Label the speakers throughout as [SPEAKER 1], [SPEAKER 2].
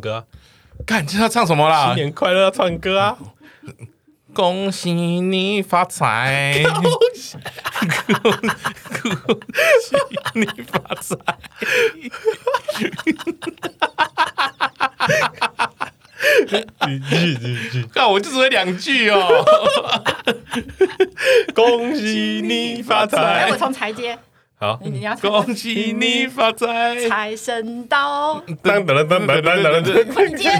[SPEAKER 1] 歌啊，
[SPEAKER 2] 干，这要唱什么
[SPEAKER 1] 新
[SPEAKER 2] 啦？
[SPEAKER 1] 年快乐要唱歌 啊，
[SPEAKER 2] 恭喜你发财，
[SPEAKER 1] 你发财。你继续继续继续
[SPEAKER 2] 干，我就只会两句哦。
[SPEAKER 1] 恭喜你发
[SPEAKER 3] 哎，
[SPEAKER 1] 财
[SPEAKER 3] 我！从财接，
[SPEAKER 1] 好，
[SPEAKER 3] 你你要猜
[SPEAKER 1] 恭喜你发财！
[SPEAKER 3] 财神到，
[SPEAKER 1] 当当当当当当当，
[SPEAKER 3] 快接！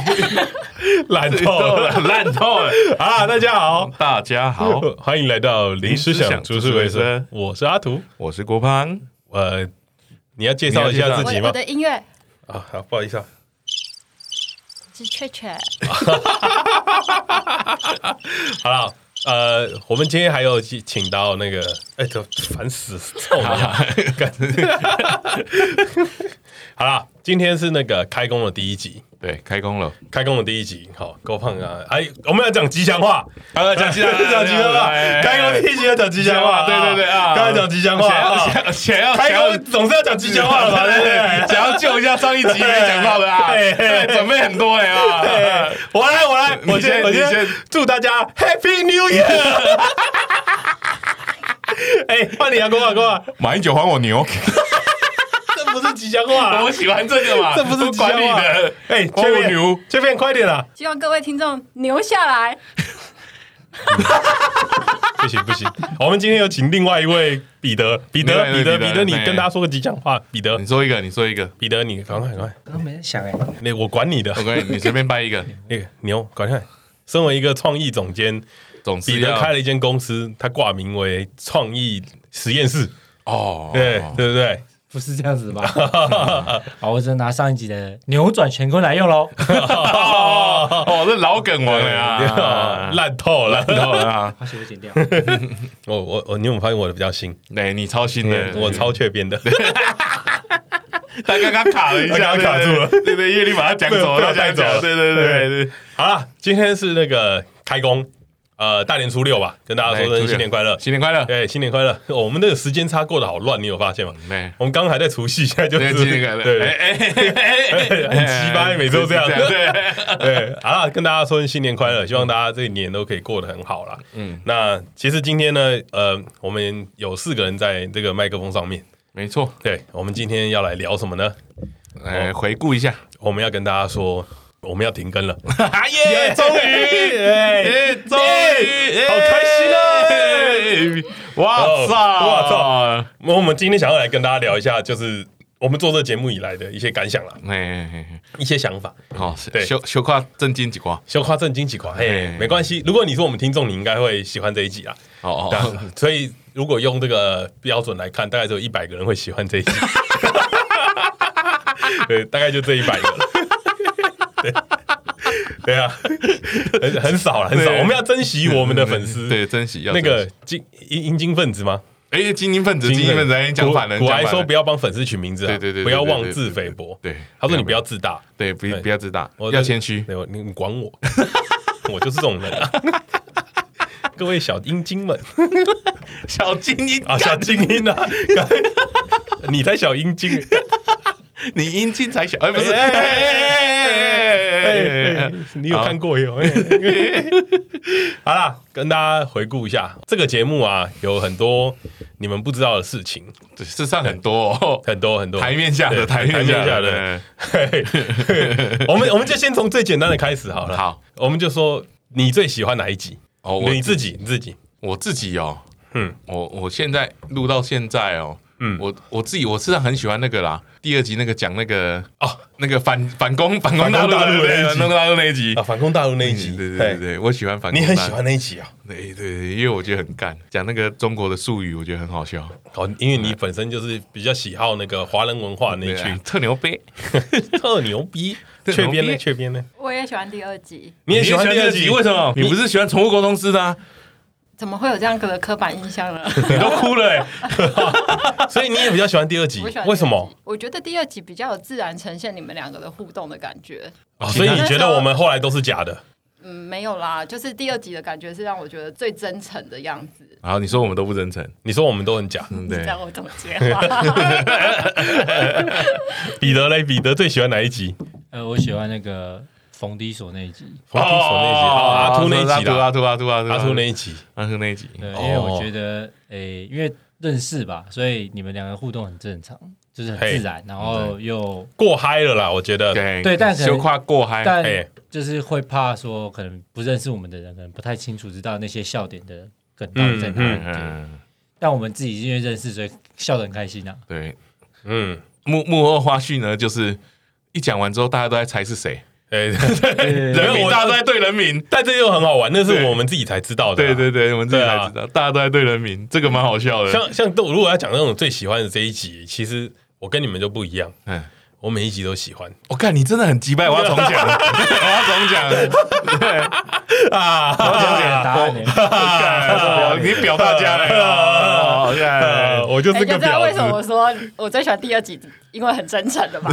[SPEAKER 1] 懒透了，
[SPEAKER 2] 烂透了。
[SPEAKER 1] 啊！大家好，
[SPEAKER 2] 大家好，
[SPEAKER 1] 欢迎来到临时想株式会
[SPEAKER 2] 嗯
[SPEAKER 1] 社，我是阿图。
[SPEAKER 2] 我是郭胖。
[SPEAKER 1] 呃，你要介绍一下自
[SPEAKER 3] 我
[SPEAKER 1] 己
[SPEAKER 3] 我
[SPEAKER 1] 吗？
[SPEAKER 3] 的音乐
[SPEAKER 1] 啊，好，不好意思啊，
[SPEAKER 3] 是雀雀，
[SPEAKER 1] 好了。呃，我们今天还有请请到那个，哎、这烦死，臭你啊！干 好啦，今天是那个开工的第一集，
[SPEAKER 2] 对，开工了。
[SPEAKER 1] 开工的第一集，好，够胖啊！哎，我们要讲吉祥话，
[SPEAKER 2] 啊，讲吉祥
[SPEAKER 1] 讲吉祥话， 开工第一集要讲吉祥话，
[SPEAKER 2] 对对对啊，
[SPEAKER 1] 刚才讲吉祥话，啊
[SPEAKER 2] 想要想要
[SPEAKER 1] 开
[SPEAKER 2] 想要
[SPEAKER 1] 工总是要讲吉祥话了 吧？对不对？
[SPEAKER 2] 想要救一下上一集没讲到的啊，
[SPEAKER 1] 嘿嘿
[SPEAKER 2] 对，准备很多哎啊。
[SPEAKER 1] 哎我来，我来，
[SPEAKER 2] 你
[SPEAKER 1] 我先，
[SPEAKER 2] 先
[SPEAKER 1] 我
[SPEAKER 2] 你
[SPEAKER 1] 先
[SPEAKER 2] 先
[SPEAKER 1] 祝大家 Happy New Year！哎，换你啊，郭啊，郭啊，
[SPEAKER 2] 马英九还我牛，
[SPEAKER 1] 这不是吉祥话啊，
[SPEAKER 2] 我喜欢这个嘛，
[SPEAKER 1] 这不是吉祥
[SPEAKER 2] 管你
[SPEAKER 1] 话
[SPEAKER 2] 的。
[SPEAKER 1] 哎，
[SPEAKER 2] 哦
[SPEAKER 1] 这边
[SPEAKER 2] 牛
[SPEAKER 1] 这边快点啊！
[SPEAKER 3] 希望各位听众留下来。
[SPEAKER 1] 不行不行，我们今天有请另外一位彼得，彼
[SPEAKER 2] 另
[SPEAKER 1] 得，
[SPEAKER 2] 外一
[SPEAKER 1] 彼
[SPEAKER 2] 位
[SPEAKER 1] 得，
[SPEAKER 2] 彼得
[SPEAKER 1] 彼得，你
[SPEAKER 2] 对嗯
[SPEAKER 1] 跟大家说个吉祥话，彼得
[SPEAKER 2] 你，说一个，你说一个，
[SPEAKER 1] 彼得，你赶快赶快，
[SPEAKER 4] 刚刚没在想哎、
[SPEAKER 1] 你我管你的，
[SPEAKER 2] 我跟你你随便掰一个，
[SPEAKER 1] 那个牛，赶快。身为一个创意总监，
[SPEAKER 2] 总之
[SPEAKER 1] 彼得
[SPEAKER 2] 要
[SPEAKER 1] 开了一间公司，他挂名为创意实验室，
[SPEAKER 2] 哦，
[SPEAKER 1] 对对不对？
[SPEAKER 4] 不是这样子吧？ 好，我只能拿上一集的扭转乾坤来用喽。
[SPEAKER 2] 哦哦，这老梗王了啊，
[SPEAKER 1] 烂透 了。
[SPEAKER 2] 烂透了啊！
[SPEAKER 4] 把水都剪掉。
[SPEAKER 1] 我我我，你有没有发现我的比较新？
[SPEAKER 2] 对你超新的，
[SPEAKER 1] 我超雀边的，
[SPEAKER 2] 他刚刚卡了一下，
[SPEAKER 1] 他刚刚卡住了
[SPEAKER 2] 对对对对，叶力把他讲走，
[SPEAKER 1] 被我
[SPEAKER 2] 他讲走
[SPEAKER 1] 带走了
[SPEAKER 2] 了，对对对对，
[SPEAKER 1] 好了，今天是那个开工，呃，大年初六吧，跟大家
[SPEAKER 2] 哎
[SPEAKER 1] 说声新年快乐，
[SPEAKER 2] 新年快 乐！
[SPEAKER 1] 对，新年快乐。哦我们那个时间差过得好乱，你有发现吗？
[SPEAKER 2] 对，
[SPEAKER 1] 我们刚刚还在除夕， 现在就
[SPEAKER 2] 对，
[SPEAKER 1] 是
[SPEAKER 2] 新年快乐！
[SPEAKER 1] 对，
[SPEAKER 2] 哎哎
[SPEAKER 1] 很奇葩，每次都这样。
[SPEAKER 2] 对，
[SPEAKER 1] 对，好啦，跟大家说声新年快乐，希望大家这一年都可以过得很好啦。嗯
[SPEAKER 2] 嗯，
[SPEAKER 1] 那其实今天呢，呃，我们有四个人在这个麦克风上面，
[SPEAKER 2] 没错。
[SPEAKER 1] 对，我们今天要来聊什么呢？
[SPEAKER 2] 来回顾一下，
[SPEAKER 1] 我们要跟大家说，我们要停 更了，
[SPEAKER 2] 啊耶
[SPEAKER 1] 终于，哎，
[SPEAKER 2] 耶，终
[SPEAKER 1] 耶
[SPEAKER 2] 于，
[SPEAKER 1] 好开心啊
[SPEAKER 2] 啊！哇塞，
[SPEAKER 1] 哇塞！我们今天想要来跟大家聊一下，就是我们做这节目以来的一些感想啦，
[SPEAKER 2] 哎哎，哎
[SPEAKER 1] 一些想法。
[SPEAKER 2] 哎好
[SPEAKER 1] 对，
[SPEAKER 2] 修修胯正经几瓜，
[SPEAKER 1] 羞夸正经几款，嘿
[SPEAKER 2] 哎，
[SPEAKER 1] 没关系。如果你是我们听众，你应该会喜欢这一集啦。
[SPEAKER 2] 哦
[SPEAKER 1] 对啊
[SPEAKER 2] 哦，
[SPEAKER 1] 所以如果用这个标准来看，大概只有一百个人会喜欢这一集。 对，大概就这一百个 了。对对啊，很很少了，很少。
[SPEAKER 2] 对嗯
[SPEAKER 1] 我们要珍惜我们的粉丝，
[SPEAKER 2] 对，珍惜要
[SPEAKER 1] 那个
[SPEAKER 2] 珍惜
[SPEAKER 1] 精阴阴精分子吗？
[SPEAKER 2] 哎，精英分子，精英分子，哎讲反了，
[SPEAKER 1] 我我
[SPEAKER 2] 讲
[SPEAKER 1] 还
[SPEAKER 2] 反
[SPEAKER 1] 说
[SPEAKER 2] 了
[SPEAKER 1] 不要帮粉丝取名字啊，
[SPEAKER 2] 对对对对
[SPEAKER 1] 不要
[SPEAKER 2] 对对
[SPEAKER 1] 妄
[SPEAKER 2] 对
[SPEAKER 1] 自菲薄。
[SPEAKER 2] 对
[SPEAKER 1] 他说你不
[SPEAKER 2] 不要
[SPEAKER 1] 要自大，
[SPEAKER 2] 对，不
[SPEAKER 1] 对
[SPEAKER 2] 不要自大
[SPEAKER 1] 我，
[SPEAKER 2] 要谦虚。
[SPEAKER 1] 对，我你你管我， 我就是这种人啊。 各位小阴精们
[SPEAKER 2] 小精英
[SPEAKER 1] 啊，小精英啊，你才小阴精，
[SPEAKER 2] 你阴茎才小，哎，不是，
[SPEAKER 1] 哎
[SPEAKER 2] 哎
[SPEAKER 1] 哎哎
[SPEAKER 2] 哎哎哎
[SPEAKER 1] 你有看过有？ 好啦，跟大家回顾一下这个节目啊，有很多你们不知道的事情，
[SPEAKER 2] 这世上很多哦
[SPEAKER 1] 很多很多
[SPEAKER 2] 台面下
[SPEAKER 1] 对
[SPEAKER 2] 的，台面下的，
[SPEAKER 1] 嘿我们我们就先从最简单的开始好了。
[SPEAKER 2] 好，
[SPEAKER 1] 我们就说你最喜欢哪一集？
[SPEAKER 2] 哦我
[SPEAKER 1] 你自己你自己
[SPEAKER 2] 我自己哦，
[SPEAKER 1] 嗯
[SPEAKER 2] 嗯，我我现在录到现在哦，嗯，我我自己我实际上很喜欢那个啦，第二集那个讲那个
[SPEAKER 1] 哦
[SPEAKER 2] 哦，那个反反攻反
[SPEAKER 1] 攻
[SPEAKER 2] 攻大陆
[SPEAKER 1] 大陆
[SPEAKER 2] 对不
[SPEAKER 1] 那一
[SPEAKER 2] 对
[SPEAKER 1] 集
[SPEAKER 2] 反攻大陆那
[SPEAKER 1] 啊，，反攻大陆那
[SPEAKER 2] 一集
[SPEAKER 1] 一集，
[SPEAKER 2] 嗯对对
[SPEAKER 1] 嘿
[SPEAKER 2] 对对，我喜欢反攻，
[SPEAKER 1] 你很喜欢，那一集啊？
[SPEAKER 2] 对对对，因为我觉得很干，讲那个中国的术语，我觉得很好笑，
[SPEAKER 1] 好，哦因为你本身就是比较喜好那个华人文化那一
[SPEAKER 2] 对啊
[SPEAKER 1] 区，
[SPEAKER 2] 特牛逼，
[SPEAKER 1] 特牛逼。
[SPEAKER 2] 特牛
[SPEAKER 1] 雀边
[SPEAKER 2] 逼
[SPEAKER 1] 呢？雀边呢？
[SPEAKER 3] 我也喜欢第二集，
[SPEAKER 1] 你也喜欢第二集？
[SPEAKER 2] 为什么？你不是喜欢宠物沟通师的 啊？
[SPEAKER 3] 怎么会有这样的刻板印象呢？
[SPEAKER 1] 你都哭了欸？ 所以你也比较喜欢第二集
[SPEAKER 3] 我喜欢第二？集
[SPEAKER 1] 为什么？？
[SPEAKER 3] 我觉得第二集比较有自然呈现你们两个的互动的感觉。
[SPEAKER 1] 哦所以你觉得 我们后来都是假的？
[SPEAKER 3] 嗯，没有啦，就是第二集的感觉是让我觉得最真诚的样子。
[SPEAKER 2] 然后你说我们都不真诚，
[SPEAKER 1] 你说我们都很假？
[SPEAKER 2] 嗯，
[SPEAKER 3] 你
[SPEAKER 2] 对
[SPEAKER 3] 知，道我 怎么接话？
[SPEAKER 1] 彼得嘞？彼得最喜欢哪一集？
[SPEAKER 4] 呃，我喜欢那个冯迪索那一集，
[SPEAKER 1] 冯迪所那一集，哦阿秃那一集啦，
[SPEAKER 2] 阿秃阿秃阿秃
[SPEAKER 1] 阿秃那一集，
[SPEAKER 2] 阿秃那一集，
[SPEAKER 4] 对，
[SPEAKER 1] 哦
[SPEAKER 4] 因为我觉得，诶、因为认识吧，所以你们两个互动很正常，就是很
[SPEAKER 1] 嘿
[SPEAKER 4] 自然，然后又
[SPEAKER 1] 过嗨了啦，我觉得。
[SPEAKER 2] 对
[SPEAKER 4] 对但可能
[SPEAKER 2] 羞跨过嗨，
[SPEAKER 4] 但
[SPEAKER 1] 哎
[SPEAKER 4] 就是会怕说，可能不认识我们的人，可能不太清楚知道那些笑点的梗到底在哪里。
[SPEAKER 2] 嗯
[SPEAKER 4] 对
[SPEAKER 2] 嗯，
[SPEAKER 4] 但我们自己因为认识，所以笑得很开心啊。
[SPEAKER 2] 对，
[SPEAKER 1] 嗯，
[SPEAKER 2] 幕幕后花絮呢，就是一讲完之后，大家都在猜是谁，
[SPEAKER 1] 哎， 对
[SPEAKER 2] 人
[SPEAKER 1] 对
[SPEAKER 2] 名
[SPEAKER 1] 我
[SPEAKER 2] 大家都在对人名，
[SPEAKER 1] 但这又很好玩，那是
[SPEAKER 2] 对
[SPEAKER 1] 我们自己才知道的。
[SPEAKER 2] 对对对，我们自己才知道，大家都在对人名，这个蛮好笑的。
[SPEAKER 1] 啊像像都如果要讲那种最喜欢的这一集，其实我跟你们就不一样，
[SPEAKER 2] 嗯，
[SPEAKER 1] 我每一集都喜欢
[SPEAKER 2] 我看你真的很击败，我要重讲，我要重讲，
[SPEAKER 1] 啊。
[SPEAKER 4] 我想 答案呢、
[SPEAKER 2] 我干你表大家了哦，好干
[SPEAKER 1] 呃，我就
[SPEAKER 3] 哎、
[SPEAKER 1] 是
[SPEAKER 3] 就
[SPEAKER 1] 个
[SPEAKER 3] 知道为
[SPEAKER 1] 婊
[SPEAKER 3] 什么我
[SPEAKER 1] 子，
[SPEAKER 3] 说我最喜欢第二集，因为很真诚的 嘛。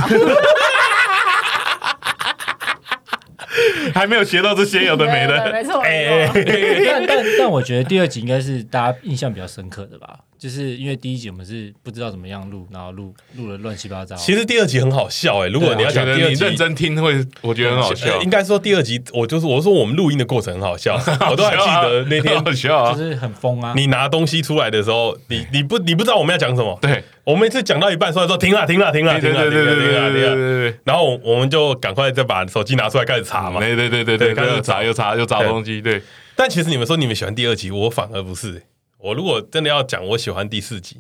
[SPEAKER 2] 还没有学到这些有的没
[SPEAKER 3] 对
[SPEAKER 2] 的，
[SPEAKER 3] 没错。
[SPEAKER 1] 哎
[SPEAKER 3] 没错
[SPEAKER 4] 但但但我觉得第二集应该是大家印象比较深刻的吧，就是因为第一集我们是不知道怎么样录，然后录录了乱七八糟。
[SPEAKER 1] 其实第二集很好笑哎、如果你
[SPEAKER 2] 我
[SPEAKER 1] 要
[SPEAKER 2] 觉
[SPEAKER 1] 讲
[SPEAKER 2] 得
[SPEAKER 1] 第
[SPEAKER 2] 你
[SPEAKER 1] 二集，
[SPEAKER 2] 认真听会，我觉得很好笑
[SPEAKER 1] 呃应，该说第二集，我就是我说我们录音的过程很好 笑，我都还记得那天
[SPEAKER 2] 很好笑
[SPEAKER 4] 就
[SPEAKER 2] 啊，
[SPEAKER 4] 是很疯啊！
[SPEAKER 1] 你拿东西出来的时候，你你不你不知道我们要讲什么，
[SPEAKER 2] 对，
[SPEAKER 1] 我们每次讲到一半，说说停了停了停了停
[SPEAKER 2] 对对
[SPEAKER 1] 了
[SPEAKER 2] 对
[SPEAKER 1] 停
[SPEAKER 2] 对
[SPEAKER 1] 了
[SPEAKER 2] 对
[SPEAKER 1] 停了
[SPEAKER 2] 对
[SPEAKER 1] 停了，
[SPEAKER 2] 对对。
[SPEAKER 1] 然后我们就赶快再把手机拿出来开始查嘛。
[SPEAKER 2] 对对对对对，
[SPEAKER 1] 对
[SPEAKER 2] 又查又查又找东西，对，
[SPEAKER 1] 但其实你们说你们喜欢第二集，我反而不是、我如果真的要讲，我喜欢第四 集。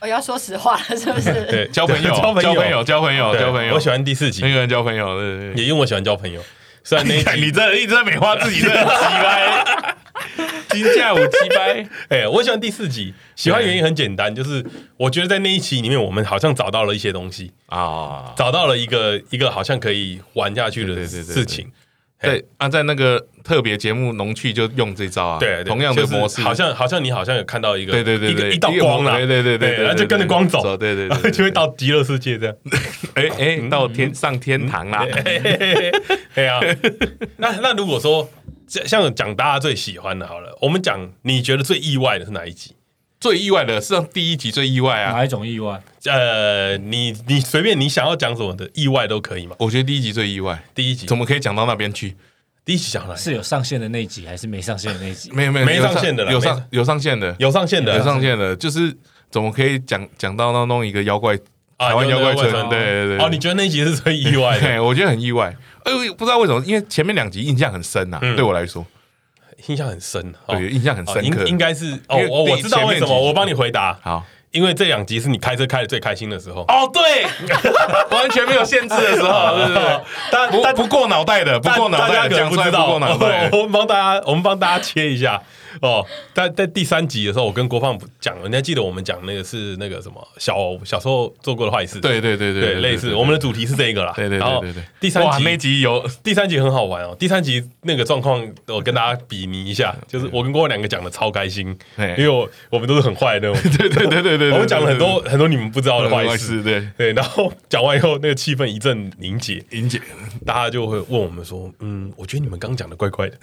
[SPEAKER 3] 我要说实话了，是不是？
[SPEAKER 1] 对，
[SPEAKER 2] 交朋友，
[SPEAKER 1] 交朋友，
[SPEAKER 2] 交朋友，交朋友，
[SPEAKER 1] 对
[SPEAKER 2] 交朋友，
[SPEAKER 1] 我喜欢第四集
[SPEAKER 2] 很，喜欢交朋友，对对对。
[SPEAKER 1] 也因为我喜欢交朋友。虽然那一
[SPEAKER 2] 看 你
[SPEAKER 1] 集，
[SPEAKER 2] 这一直在美化自己，这很鸡掰，金价五鸡掰，
[SPEAKER 1] 哎、我喜欢第四集，喜欢原因很简单，就是我觉得在那一期里面，我们好像找到了一些东西，
[SPEAKER 2] 啊！
[SPEAKER 1] 找到了一个一个好像可以玩下去
[SPEAKER 2] 对
[SPEAKER 1] 的
[SPEAKER 2] 对对对对
[SPEAKER 1] 事情。
[SPEAKER 2] 对啊，在那个特别节目农趣就用这招啊，
[SPEAKER 1] 对，对
[SPEAKER 2] 同样的
[SPEAKER 1] 就是
[SPEAKER 2] 模式，
[SPEAKER 1] 好像好像你好像有看到一个，
[SPEAKER 2] 对对对
[SPEAKER 1] 一个
[SPEAKER 2] 对，
[SPEAKER 1] 一道光啦，
[SPEAKER 2] 对对对对，
[SPEAKER 1] 然后就跟着光走，
[SPEAKER 2] 对对
[SPEAKER 1] 然后
[SPEAKER 2] 对，
[SPEAKER 1] 就会到嗯极乐世界这样。
[SPEAKER 2] 哎哎到天上天堂啦，
[SPEAKER 1] 对啊，那那如果说像像讲大家最喜欢的，好了，我们讲你觉得最意外的是哪一集？
[SPEAKER 2] 最意外的是让第一集最意外啊，
[SPEAKER 4] 哪一种意外？
[SPEAKER 1] 呃，你你随便你想要讲什么的意外都可以嘛。
[SPEAKER 2] 我觉得第一集最意外，
[SPEAKER 1] 第一集
[SPEAKER 2] 怎么可以讲到那边去？
[SPEAKER 1] 第一集讲来
[SPEAKER 4] 是有上线的那一集，还是没上线的那一集？
[SPEAKER 2] 没有没有
[SPEAKER 1] 没
[SPEAKER 2] 有
[SPEAKER 1] 上线的啦
[SPEAKER 2] 有
[SPEAKER 1] 没
[SPEAKER 2] 上有上线的，
[SPEAKER 1] 有上线的啊
[SPEAKER 2] 有上线的，就是怎么可以讲讲到那弄一个妖怪
[SPEAKER 1] 啊
[SPEAKER 2] 台湾
[SPEAKER 1] 有
[SPEAKER 2] 妖
[SPEAKER 1] 有
[SPEAKER 2] 怪村
[SPEAKER 1] 有有？
[SPEAKER 2] 对对对，
[SPEAKER 1] 哦，你觉得那一集是最意外的，
[SPEAKER 2] 对，我觉得很意外。哎，不知道为什么，因为前面两集印象很深呐、
[SPEAKER 1] 嗯
[SPEAKER 2] 对我来说，
[SPEAKER 1] 印象很深，哦
[SPEAKER 2] 对，印象很
[SPEAKER 1] 哦
[SPEAKER 2] 深
[SPEAKER 1] 应
[SPEAKER 2] 刻。
[SPEAKER 1] 应该是哦，
[SPEAKER 2] 因为
[SPEAKER 1] 我
[SPEAKER 2] 第
[SPEAKER 1] 我知道为什
[SPEAKER 2] 前面
[SPEAKER 1] 么，
[SPEAKER 2] 几集
[SPEAKER 1] 我帮你回答，
[SPEAKER 2] 好
[SPEAKER 1] 因为这两集是你开车开的最开心的时候。
[SPEAKER 2] 哦，对，完全没有限制的时候， 对不对？
[SPEAKER 1] 但但
[SPEAKER 2] 不不过脑袋的，不过脑
[SPEAKER 1] 大
[SPEAKER 2] 袋
[SPEAKER 1] 家
[SPEAKER 2] 的，
[SPEAKER 1] 可能
[SPEAKER 2] 讲
[SPEAKER 1] 不
[SPEAKER 2] 出来
[SPEAKER 1] 知
[SPEAKER 2] 不
[SPEAKER 1] 道，哦
[SPEAKER 2] 过脑袋的。
[SPEAKER 1] 我们帮大家，我们帮大家切一下哦。在在第三集的时候，我跟郭胖讲了，你还记得我们讲那个是那个什么小小时候做过的坏事？
[SPEAKER 2] 对对对
[SPEAKER 1] 对，类似我们的主题是这个啦。
[SPEAKER 2] 对对
[SPEAKER 1] 然
[SPEAKER 2] 对
[SPEAKER 1] 后
[SPEAKER 2] 对对。
[SPEAKER 1] 第三
[SPEAKER 2] 哇
[SPEAKER 1] 集
[SPEAKER 2] 那集有
[SPEAKER 1] 第三集很好玩哦。第三集那个状况，我跟大家比拟一下，就是我跟郭胖两个讲的超开心，
[SPEAKER 2] 嘿
[SPEAKER 1] 因为我我们都是很坏的那 种，
[SPEAKER 2] 对对对对对，
[SPEAKER 1] 我们讲了很多很多你们不知道的坏
[SPEAKER 2] 坏
[SPEAKER 1] 事。
[SPEAKER 2] 事，对。
[SPEAKER 1] 对，然后讲完以后，那个气氛一阵凝结，
[SPEAKER 2] 莹姐，
[SPEAKER 1] 大家就会问我们说：“嗯，我觉得你们刚讲的怪怪的。”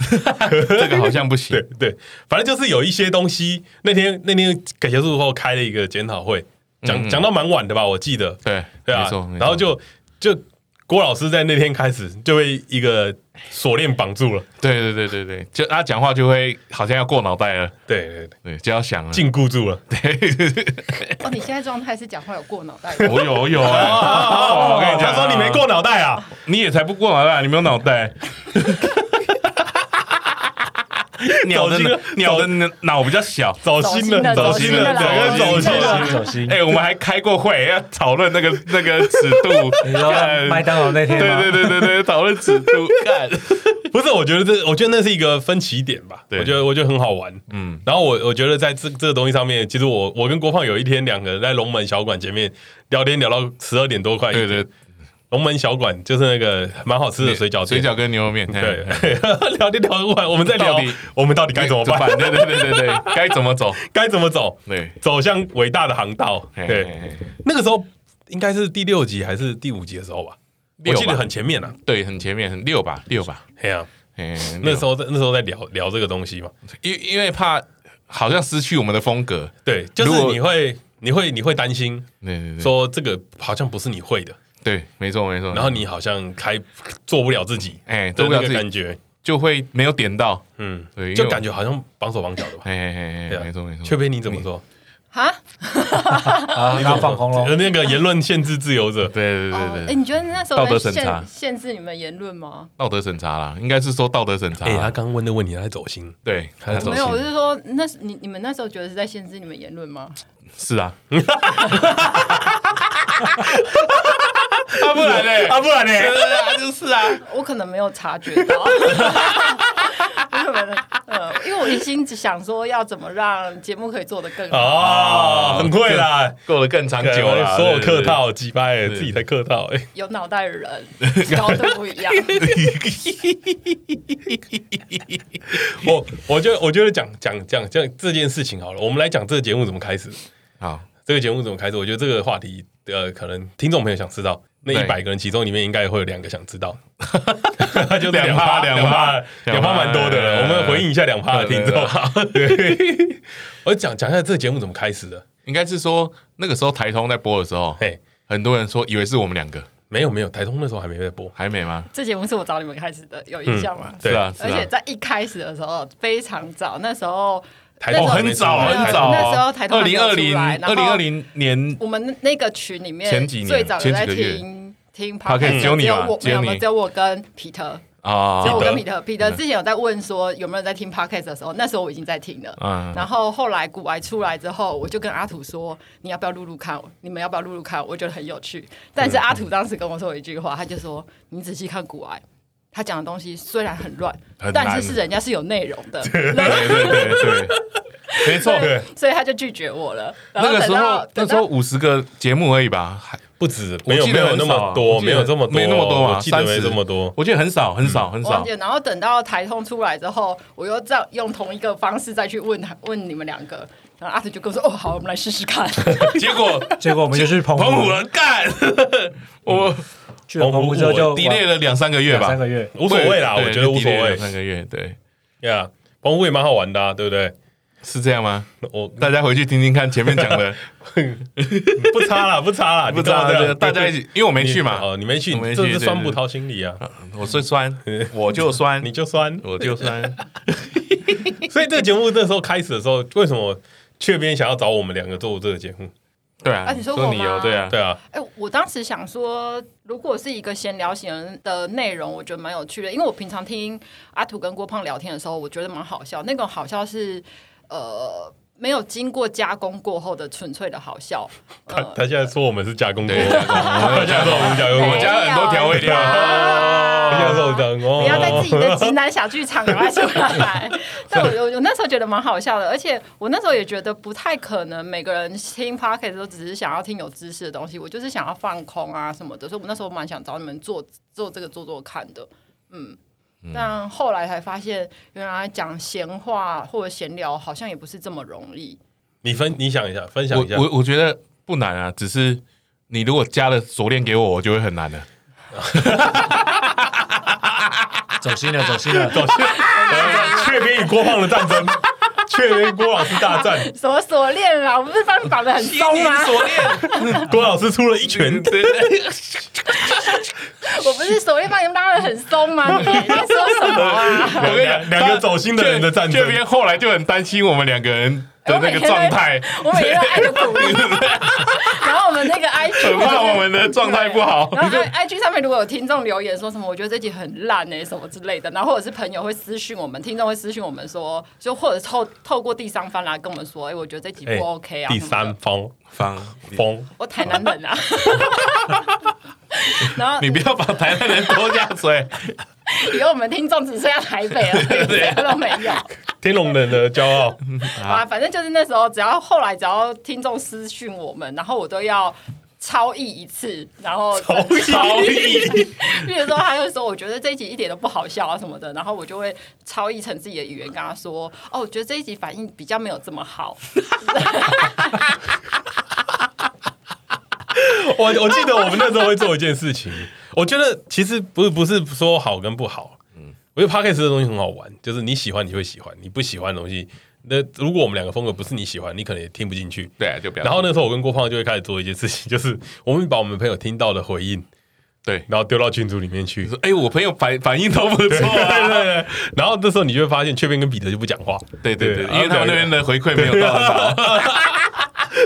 [SPEAKER 2] 这个好像不行
[SPEAKER 1] 对对，反正就是有一些东西。那天那天改结束后开了一个检讨会，讲讲到蛮晚的吧，我记得。
[SPEAKER 2] 对
[SPEAKER 1] 对
[SPEAKER 2] 没
[SPEAKER 1] 啊
[SPEAKER 2] 错没，错
[SPEAKER 1] 然后就就郭老师在那天开始就被一个锁链绑住了。
[SPEAKER 2] 对对对对对，就他讲话就会好像要过脑袋了，
[SPEAKER 1] 对对对，
[SPEAKER 2] 对，就要想了。。
[SPEAKER 1] 禁锢住了。
[SPEAKER 3] 哦，你现在状态是讲话有过脑袋
[SPEAKER 2] 我有我有啊，
[SPEAKER 1] 哦
[SPEAKER 2] 我跟你讲
[SPEAKER 1] 他说你没过脑袋啊，
[SPEAKER 2] 你也才不过脑袋，你没有脑 袋。 鸟的
[SPEAKER 1] 走心了
[SPEAKER 2] 鸟的脑脑比较小。
[SPEAKER 1] 走心了，
[SPEAKER 3] 走
[SPEAKER 1] 心
[SPEAKER 3] 心
[SPEAKER 1] 了，
[SPEAKER 3] 了
[SPEAKER 1] 整个走
[SPEAKER 2] 走心
[SPEAKER 1] 心
[SPEAKER 2] 了
[SPEAKER 1] 了。
[SPEAKER 4] 走心
[SPEAKER 2] 哎、。我们还开过会，要讨论那个 那个尺度。
[SPEAKER 4] 你知道
[SPEAKER 2] 干
[SPEAKER 4] 麦当劳那天
[SPEAKER 2] 对
[SPEAKER 4] 吗？
[SPEAKER 2] 对对对对，讨论尺 度。干，
[SPEAKER 1] 不是，我觉得这，我觉得那是一个分歧点吧。
[SPEAKER 2] 对
[SPEAKER 1] 我觉得我觉得很好玩。嗯，然后我我觉得在这这个东西上面，其实我我跟郭胖有一天两个人在龙门小馆前面聊天，聊到十二点多快。
[SPEAKER 2] 对对，
[SPEAKER 1] 龙门小馆就是那个蛮好吃的水饺
[SPEAKER 2] 水
[SPEAKER 1] 店。
[SPEAKER 2] 饺跟牛肉面，
[SPEAKER 1] 对
[SPEAKER 2] 对，，
[SPEAKER 1] 聊天聊完，我们在
[SPEAKER 2] 到
[SPEAKER 1] 聊
[SPEAKER 2] 底
[SPEAKER 1] 我们到底该怎么办，
[SPEAKER 2] 对对对对 对，该怎么走？
[SPEAKER 1] 该怎么走，
[SPEAKER 2] 对，
[SPEAKER 1] 走向伟大的航道。
[SPEAKER 2] 嘿嘿
[SPEAKER 1] 对，
[SPEAKER 2] 嘿
[SPEAKER 1] 那个时候应该是第六集还是第五集的时候吧，我
[SPEAKER 2] 六吧
[SPEAKER 1] 记得很前面啊了。
[SPEAKER 2] 对，很前面，很六吧，六吧。
[SPEAKER 1] 哎呀，
[SPEAKER 2] 哎，
[SPEAKER 1] 那
[SPEAKER 2] 六
[SPEAKER 1] 时候在那时候在聊聊这个东西嘛。
[SPEAKER 2] 因因为怕好像失去我们的风格，
[SPEAKER 1] 对，就
[SPEAKER 2] 如
[SPEAKER 1] 是
[SPEAKER 2] 果
[SPEAKER 1] 你会你会你会担心
[SPEAKER 2] 对对对，
[SPEAKER 1] 说这个好像不是你会的，
[SPEAKER 2] 对，没错没错。
[SPEAKER 1] 然后你好像开做不了自己，
[SPEAKER 2] 哎，都
[SPEAKER 1] 做
[SPEAKER 2] 不
[SPEAKER 1] 不
[SPEAKER 2] 要
[SPEAKER 1] 了
[SPEAKER 2] 自己
[SPEAKER 1] 感，觉，
[SPEAKER 2] 就会没有点到，
[SPEAKER 1] 嗯，
[SPEAKER 2] 对，
[SPEAKER 1] 就感
[SPEAKER 2] 觉，
[SPEAKER 1] 觉好像绑手绑脚的吧。
[SPEAKER 2] 哎哎哎
[SPEAKER 1] 对
[SPEAKER 2] 哎，
[SPEAKER 1] 啊
[SPEAKER 2] 没错没错。
[SPEAKER 1] 雀飞，你怎么说？
[SPEAKER 3] 哈，
[SPEAKER 4] 啊，
[SPEAKER 1] 你
[SPEAKER 4] 然后放空喽
[SPEAKER 1] 呃。 那个言论限制自由者，
[SPEAKER 2] 对对对
[SPEAKER 3] 哦
[SPEAKER 2] 对
[SPEAKER 3] 哎，
[SPEAKER 2] 对，
[SPEAKER 3] 你觉得那时
[SPEAKER 2] 道
[SPEAKER 3] 候
[SPEAKER 2] 德
[SPEAKER 3] 在
[SPEAKER 2] 审查
[SPEAKER 3] 限限制你们言论吗？
[SPEAKER 2] 道德审查啦，应该是说道德审查
[SPEAKER 1] 哎，他
[SPEAKER 2] 啦。
[SPEAKER 1] 刚刚问的问题，他在走心，
[SPEAKER 2] 对，
[SPEAKER 1] 他在走
[SPEAKER 3] 没
[SPEAKER 1] 心
[SPEAKER 3] 有，我是说，那时你你们那时候觉得是在限制你们言论吗？
[SPEAKER 2] 是啊。啊，不然嘞，
[SPEAKER 1] 啊，不然
[SPEAKER 2] 对
[SPEAKER 1] 呢？
[SPEAKER 2] 对啊，就是啊，
[SPEAKER 3] 我可能没有察觉到。 我可能呃，因为我一心只想说要怎么让节目可以做得更好。
[SPEAKER 1] 啊，
[SPEAKER 2] 哦
[SPEAKER 1] 很会啦，
[SPEAKER 2] 过得更长久了，
[SPEAKER 1] 所有
[SPEAKER 2] 对
[SPEAKER 1] 客，套几百，
[SPEAKER 2] 对
[SPEAKER 1] 自己才客套哎。
[SPEAKER 3] 有脑袋的人高度不一样，
[SPEAKER 1] 我我觉得我觉得讲讲讲讲这件事情好了，我们来讲这个节目怎么开始。
[SPEAKER 2] 对好，
[SPEAKER 1] 这个节目怎么开始？我觉得这个话题，呃，可能听众朋友想知道，那
[SPEAKER 2] 对
[SPEAKER 1] 一百个人其中里面应该会有两个想知道，就是
[SPEAKER 2] 两趴
[SPEAKER 1] 趴，
[SPEAKER 2] 两
[SPEAKER 1] 两
[SPEAKER 2] 趴两
[SPEAKER 1] 两
[SPEAKER 2] 趴
[SPEAKER 1] 趴蛮多的了。
[SPEAKER 2] 哎
[SPEAKER 1] 我们回应一下两趴的听
[SPEAKER 2] 对对
[SPEAKER 1] 众。 对，我讲讲一下这个节目怎么开始的。
[SPEAKER 2] 应该是说那个时候台通在播的时候，
[SPEAKER 1] 嘿，
[SPEAKER 2] 很多人说以为是我们两个，
[SPEAKER 1] 没有没有，台通那时候还没在播，
[SPEAKER 2] 还没吗？
[SPEAKER 3] 这节目是我找你们开始的，有印象吗？
[SPEAKER 1] 对
[SPEAKER 2] 是啊，是
[SPEAKER 3] 而且
[SPEAKER 2] 啊，
[SPEAKER 3] 在一开始的时候非常早，那时候
[SPEAKER 1] 台通
[SPEAKER 3] 那时候
[SPEAKER 1] 还没出来
[SPEAKER 3] 哦很
[SPEAKER 1] 台
[SPEAKER 3] 早早
[SPEAKER 1] 通
[SPEAKER 3] 那时候台通
[SPEAKER 2] 二
[SPEAKER 3] 还没
[SPEAKER 2] 零
[SPEAKER 3] 有
[SPEAKER 2] 二
[SPEAKER 3] 出
[SPEAKER 2] 零
[SPEAKER 3] 来然后
[SPEAKER 2] 二零二零年，
[SPEAKER 3] 我们那个群里面
[SPEAKER 2] 前几年
[SPEAKER 3] 最早有在
[SPEAKER 2] 前几个月
[SPEAKER 3] 听听
[SPEAKER 2] Podcast，
[SPEAKER 3] podcast，
[SPEAKER 2] 只有你嘛
[SPEAKER 3] 我
[SPEAKER 2] 只
[SPEAKER 3] 没
[SPEAKER 2] 有
[SPEAKER 3] 有
[SPEAKER 2] 你
[SPEAKER 3] 没有只有我跟皮特，
[SPEAKER 2] 啊嗯
[SPEAKER 3] 只有我跟
[SPEAKER 1] 彼
[SPEAKER 3] 彼得，彼得之前有在问说有没有人在听 podcast 的时候，那时候我已经在听了。
[SPEAKER 2] 嗯
[SPEAKER 3] 然后后来古癌出来之后，我就跟阿土说，你要不要录录看？你们要不要录录看？我觉得很有趣。但是阿土当时跟我说一句话，他就说：“你仔细看古癌，他讲的东西虽然很乱，
[SPEAKER 2] 很难
[SPEAKER 3] 但是是人家是有内容的。
[SPEAKER 2] 对对对对，没错。
[SPEAKER 1] 对，
[SPEAKER 3] 所以他就拒绝我了。
[SPEAKER 2] 那
[SPEAKER 3] 然后
[SPEAKER 2] 个
[SPEAKER 3] 等
[SPEAKER 2] 时
[SPEAKER 3] 到
[SPEAKER 2] 候，那时候五十个节目而已吧，还
[SPEAKER 1] 不止，
[SPEAKER 2] 我
[SPEAKER 1] 没有
[SPEAKER 2] 记
[SPEAKER 1] 没
[SPEAKER 2] 得
[SPEAKER 1] 有
[SPEAKER 2] 很
[SPEAKER 1] 那
[SPEAKER 2] 少啊
[SPEAKER 1] 么
[SPEAKER 2] 我
[SPEAKER 1] 多，
[SPEAKER 2] 记
[SPEAKER 1] 没有
[SPEAKER 2] 得
[SPEAKER 1] 这么多，
[SPEAKER 2] 没那么多嘛
[SPEAKER 1] 我记得没
[SPEAKER 2] 30
[SPEAKER 1] 这么多。
[SPEAKER 2] 我觉得很少，很少，很
[SPEAKER 3] 嗯我忘
[SPEAKER 2] 少
[SPEAKER 3] 记。了，然后等到台通出来之后，我又再用同一个方式再去问他， 问你们两个。然后阿土就跟我说：“哦，好，我们来试 试看。”
[SPEAKER 2] 结果
[SPEAKER 4] 结果我们就去澎湖，
[SPEAKER 2] 澎湖人干， 我
[SPEAKER 4] 去了澎湖之后就
[SPEAKER 2] delay 了两三个月
[SPEAKER 4] 两
[SPEAKER 2] 吧
[SPEAKER 4] 三，个月，
[SPEAKER 1] 无所谓啦，
[SPEAKER 2] 对
[SPEAKER 1] 我觉得无所
[SPEAKER 2] delay 了
[SPEAKER 1] 谓
[SPEAKER 2] 两。三个月，对，
[SPEAKER 1] 呀，澎湖也蛮好玩的啊，对不对？
[SPEAKER 2] 是这样吗？
[SPEAKER 1] 我
[SPEAKER 2] 大家回去听听看前面讲的，
[SPEAKER 1] 不差啦，不差啦，
[SPEAKER 2] 不知 道
[SPEAKER 1] 你干嘛这
[SPEAKER 2] 的，
[SPEAKER 1] 样
[SPEAKER 2] 大家一起，因为我没去嘛，
[SPEAKER 1] 哦，你没去，
[SPEAKER 2] 我没
[SPEAKER 1] 你
[SPEAKER 2] 去
[SPEAKER 1] 这是
[SPEAKER 2] 对
[SPEAKER 1] 酸
[SPEAKER 2] 对
[SPEAKER 1] 葡
[SPEAKER 2] 对
[SPEAKER 1] 萄心理啊，
[SPEAKER 2] 我 是酸，我就酸
[SPEAKER 1] 你，就酸。
[SPEAKER 2] 我就酸。
[SPEAKER 1] 所以这个节目那时候开始的时候，为什么雀边想要找我们两个做这个节目？
[SPEAKER 2] 对啊，
[SPEAKER 3] 啊你说
[SPEAKER 2] 说
[SPEAKER 3] 我
[SPEAKER 2] 你有
[SPEAKER 3] 吗
[SPEAKER 2] 对啊，
[SPEAKER 1] 对啊，
[SPEAKER 3] 哎、我当时想说，如果是一个闲聊型的内容，我觉得蛮有趣的，因为我平常听阿土跟郭胖聊天的时候，我觉得蛮好笑。那种好笑是呃没有经过加工过后的纯粹的好笑。
[SPEAKER 1] 他
[SPEAKER 3] 哦
[SPEAKER 1] 他现在说我们是加工过，
[SPEAKER 2] 对
[SPEAKER 1] 他现在说我们加工
[SPEAKER 2] 我
[SPEAKER 1] 过，
[SPEAKER 2] 加了很多调味料
[SPEAKER 3] 没有啦
[SPEAKER 2] 哦
[SPEAKER 1] 他现在说我们加工
[SPEAKER 3] 哦
[SPEAKER 1] 哦
[SPEAKER 3] 不要在自己
[SPEAKER 1] 过。
[SPEAKER 3] 的直男小剧场赶快出来。但我我我那时候觉得蛮好笑的，而且我那时候也觉得不太可能每个人听 p o c k e t 都只是想要听有知识的东西，我就是想要放空啊什么的，所以我那时候蛮想找你们做做这个做做看的，嗯。但后来才发现，原来讲闲话或者闲聊好像也不是这么容易。
[SPEAKER 1] 你分你想一下，分享
[SPEAKER 2] 我
[SPEAKER 1] 一下
[SPEAKER 2] 我我觉得不难啊，只是你如果加了锁链给我，我就会很难了。
[SPEAKER 4] 走心了，走心了。
[SPEAKER 1] 呃雀边与郭胖的战争，雀边与郭老师大战，
[SPEAKER 3] 什么锁链啊啦，我不是帮你绑的很松吗？
[SPEAKER 2] 锁链，
[SPEAKER 1] 郭老师出了一 拳。
[SPEAKER 3] 我不是锁链帮你们拉的很松吗？你在说什么啊？
[SPEAKER 2] 我跟你讲，
[SPEAKER 1] 两个走心的人的战争
[SPEAKER 2] 这边后来就很担心我们两个人的那个状态，
[SPEAKER 3] 哎我每天都按着鼓励， 然后我们那个 IG
[SPEAKER 2] 很怕我们的状态不好。
[SPEAKER 3] 然后 I IG 上面如果有听众留言说什么，我觉得这集很烂哎、什么之类的，然后或者是朋友会私讯我们，听众会私讯我们说，就或者透透过第三方来跟我们说，哎、我觉得这集
[SPEAKER 1] 哎
[SPEAKER 3] 不 OK 啊。
[SPEAKER 1] 第
[SPEAKER 3] 什么的
[SPEAKER 1] 三，方
[SPEAKER 2] 方，
[SPEAKER 1] 风，
[SPEAKER 3] 我台南 人啊。然后
[SPEAKER 2] 你不要把台湾人拖下水。
[SPEAKER 3] 以后我们听众只剩下台北 了，谁都没有。
[SPEAKER 2] 啊
[SPEAKER 1] 天龙人的骄傲。
[SPEAKER 3] 啊，反正就是那时候，只要后来只要听众私讯我们，然后我都要超译一次，然后超
[SPEAKER 2] 超译。
[SPEAKER 3] 比如说，他就说我觉得这一集一点都不好笑啊什么的，然后我就会超译成自己的语言跟他说，哦，我觉得这一集反应比较没有这么好。
[SPEAKER 1] 我我记得我们那时候会做一件事情，我觉得其实不是不是
[SPEAKER 2] 嗯
[SPEAKER 1] 说好跟不好，我觉得 podcast 这个东西很好玩，就是你喜欢你会喜欢，你不喜欢的东西那如果我们两个风格不是你喜欢，你可能也听不进去。
[SPEAKER 2] 对啊，就不要。
[SPEAKER 1] 然后那时候我跟郭胖就会开始做一件事情，就是我们把我们朋友听到的回应，
[SPEAKER 2] 对，
[SPEAKER 1] 然后丢到群组里面去。
[SPEAKER 2] 说，哎，我朋友反反应都不
[SPEAKER 1] 对
[SPEAKER 2] 错
[SPEAKER 1] 对
[SPEAKER 2] 啊，
[SPEAKER 1] 对对，然后这时候你就会发现，雀边跟彼得就不讲话，
[SPEAKER 2] 对对对，
[SPEAKER 1] 对
[SPEAKER 2] 因为他们那边的回馈没有到很 好，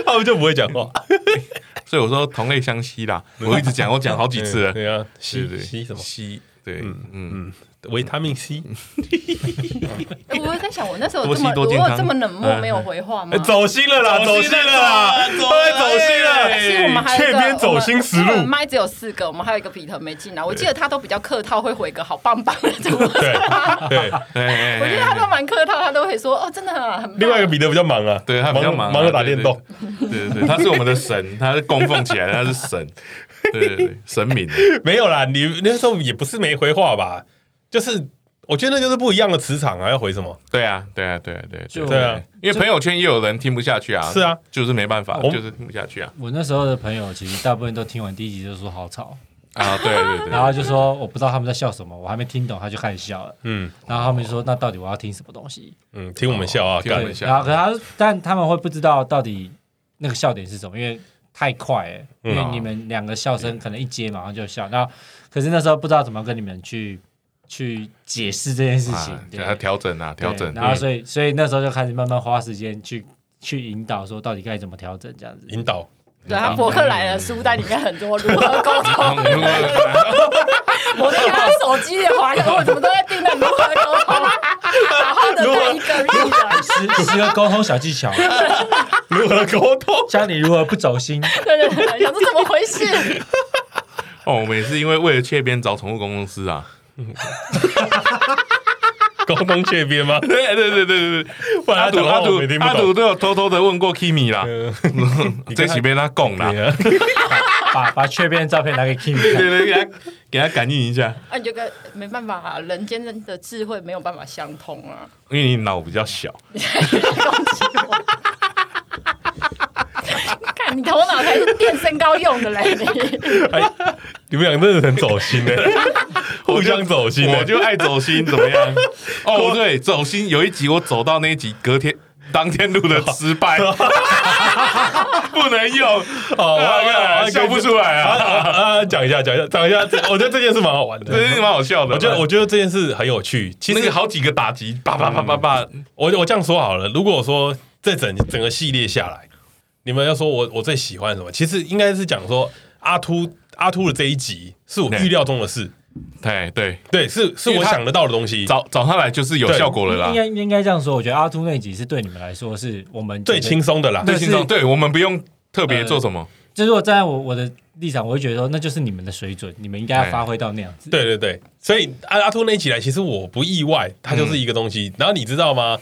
[SPEAKER 1] 他们就不会讲话。
[SPEAKER 2] 所以我说同类相吸啦。我一直讲，我讲好几次了。
[SPEAKER 1] 对啊，
[SPEAKER 2] 对
[SPEAKER 1] 吸
[SPEAKER 2] 对，
[SPEAKER 1] 吸什么？
[SPEAKER 2] 吸？对，嗯，
[SPEAKER 1] 嗯，维他命 C，
[SPEAKER 3] 哎我在想，我那时候有
[SPEAKER 2] 多
[SPEAKER 3] 这么
[SPEAKER 2] 吸多健
[SPEAKER 3] 我
[SPEAKER 2] 康
[SPEAKER 3] 有这么冷漠，没有回话吗？
[SPEAKER 1] 嗯哎走心了啦，走心了啦，
[SPEAKER 2] 走心了
[SPEAKER 1] 他们走心
[SPEAKER 3] 可是我
[SPEAKER 1] 了
[SPEAKER 3] 们还有一
[SPEAKER 1] 雀
[SPEAKER 3] 个
[SPEAKER 1] 哎边走心实
[SPEAKER 3] 我们
[SPEAKER 1] 录。
[SPEAKER 3] 麦只有四个，我们还有一个彼得没进来。我记得他都比较客套，会回个好棒棒的 这种。
[SPEAKER 1] 对对，
[SPEAKER 2] 哎哎
[SPEAKER 3] 我觉得
[SPEAKER 2] 哎
[SPEAKER 3] 他都蛮客套，他都会说哦，真的很棒。
[SPEAKER 1] 另外一个彼得比较忙啊，
[SPEAKER 2] 对他比较忙啊，
[SPEAKER 1] 忙着打
[SPEAKER 2] 对
[SPEAKER 1] 电动。。
[SPEAKER 2] 对对对对，他是我们的神，他是供奉起来的，他是神，对对对，神明。啊
[SPEAKER 1] 没有啦，你那时候也不是没回话吧？就是我觉得那就是不一样的磁场啊，要回什么？
[SPEAKER 2] 对啊，对啊，对啊，对啊
[SPEAKER 4] 就
[SPEAKER 1] 对啊，
[SPEAKER 2] 因为朋友圈也有人听不下去啊，
[SPEAKER 1] 是啊，
[SPEAKER 2] 就是没办法，
[SPEAKER 1] 我
[SPEAKER 2] 就是听不下去啊，
[SPEAKER 4] 我那时候的朋友其实大部分都听完第一集就说好吵，
[SPEAKER 2] 啊，对对 对，
[SPEAKER 4] 然后就说我不知道他们在笑什么，我还没听懂，他就开始笑了。
[SPEAKER 1] 嗯
[SPEAKER 4] 然后他们就说那到底我要听什么东西？
[SPEAKER 1] 嗯，听我们笑啊，
[SPEAKER 2] 哦听我
[SPEAKER 1] 干
[SPEAKER 2] 们笑
[SPEAKER 4] 然后可他但他们会不知道到底那个笑点是什么，因为太快了，
[SPEAKER 1] 嗯
[SPEAKER 4] 因为你们两个笑声可能一接马上就笑，然后可是那时候不知道怎么跟你们去去解释这件事情
[SPEAKER 2] 啊，
[SPEAKER 4] 对
[SPEAKER 2] 给他调整啊，调整
[SPEAKER 4] 对。然后所以所以那时候就开始慢慢花时间去去引导说到底该怎么调整这样子。
[SPEAKER 1] 引导。
[SPEAKER 3] 对他博客来了，书单里面很多如何 沟通。
[SPEAKER 2] 嗯 如果
[SPEAKER 3] 我在看他手机也滑下，我怎么都在盯着如何沟通，好好的看一个一个。
[SPEAKER 4] 十十个沟通小技巧，
[SPEAKER 1] 如何沟 通？
[SPEAKER 4] 教你如何不走心。
[SPEAKER 3] 对对对，想说怎么回事？
[SPEAKER 2] 哦，我们也是因为为了切边找宠物公司啊，
[SPEAKER 1] 沟通雀边吗？
[SPEAKER 2] 对对对对对对，
[SPEAKER 1] 不然他
[SPEAKER 2] 阿杜
[SPEAKER 1] 啊讲
[SPEAKER 2] 阿
[SPEAKER 1] 话
[SPEAKER 2] 杜
[SPEAKER 1] 我也听不
[SPEAKER 2] 阿
[SPEAKER 1] 懂嗯
[SPEAKER 2] 杜。 都有偷偷的问过 Kimi 啦，这起被他供啦，
[SPEAKER 1] 对啊
[SPEAKER 4] 把 把雀变的照片拿给 Kim
[SPEAKER 2] 对对，
[SPEAKER 4] 看，
[SPEAKER 2] 给他给他感应一下，
[SPEAKER 3] 啊，你就跟没办法、啊，人间的智慧没有办法相通啊。
[SPEAKER 2] 因为你脑比较小，
[SPEAKER 3] 啊看你头脑才是垫身高用的嘞，你
[SPEAKER 1] 你们俩真的很走心 的，互相走心 欸
[SPEAKER 2] 我
[SPEAKER 1] 的。
[SPEAKER 2] 就爱走心，怎么样？ 哦，对，走心有一集我走到那一集，隔天当天录的失 败， 不能用，
[SPEAKER 1] 哦，我
[SPEAKER 2] 啊
[SPEAKER 1] 要
[SPEAKER 2] 笑不出来
[SPEAKER 1] 啊
[SPEAKER 2] 啊，
[SPEAKER 1] 啊！讲一下，讲一下，讲一下。这我觉得这件事蛮好玩
[SPEAKER 2] 这
[SPEAKER 1] 的。
[SPEAKER 2] 是蛮好笑的。
[SPEAKER 1] 我觉得，我觉得这件事很有趣。其
[SPEAKER 2] 那
[SPEAKER 1] 实
[SPEAKER 2] 个好几个打击，叭叭叭叭叭，
[SPEAKER 1] 我我这样说好了，如果说这整整个系列下来，你们要说我我最喜欢什么，其实应该是讲说阿秃阿秃的这一集是我预料中的事，
[SPEAKER 2] 对对，
[SPEAKER 1] 对，是是
[SPEAKER 2] 因
[SPEAKER 1] 我
[SPEAKER 2] 为他
[SPEAKER 1] 想得到的东西，
[SPEAKER 2] 找找他来就是有
[SPEAKER 1] 对
[SPEAKER 2] 效果了
[SPEAKER 4] 应
[SPEAKER 2] 啦，
[SPEAKER 4] 该应该这样说。我觉得阿秃那集是对你们来说是我们觉
[SPEAKER 1] 最
[SPEAKER 4] 得
[SPEAKER 1] 轻，松的啦。
[SPEAKER 2] 对，轻
[SPEAKER 4] 那
[SPEAKER 2] 松，
[SPEAKER 4] 是
[SPEAKER 2] 对我们不用特别做什么，
[SPEAKER 4] 就是我站在我我的立场，我会觉得说那就是你们的水准，你们应该要发挥到那样子。
[SPEAKER 1] 对对对，所以阿阿秃那一集来，其实我不意外，它就是一个东西。然后你知道吗？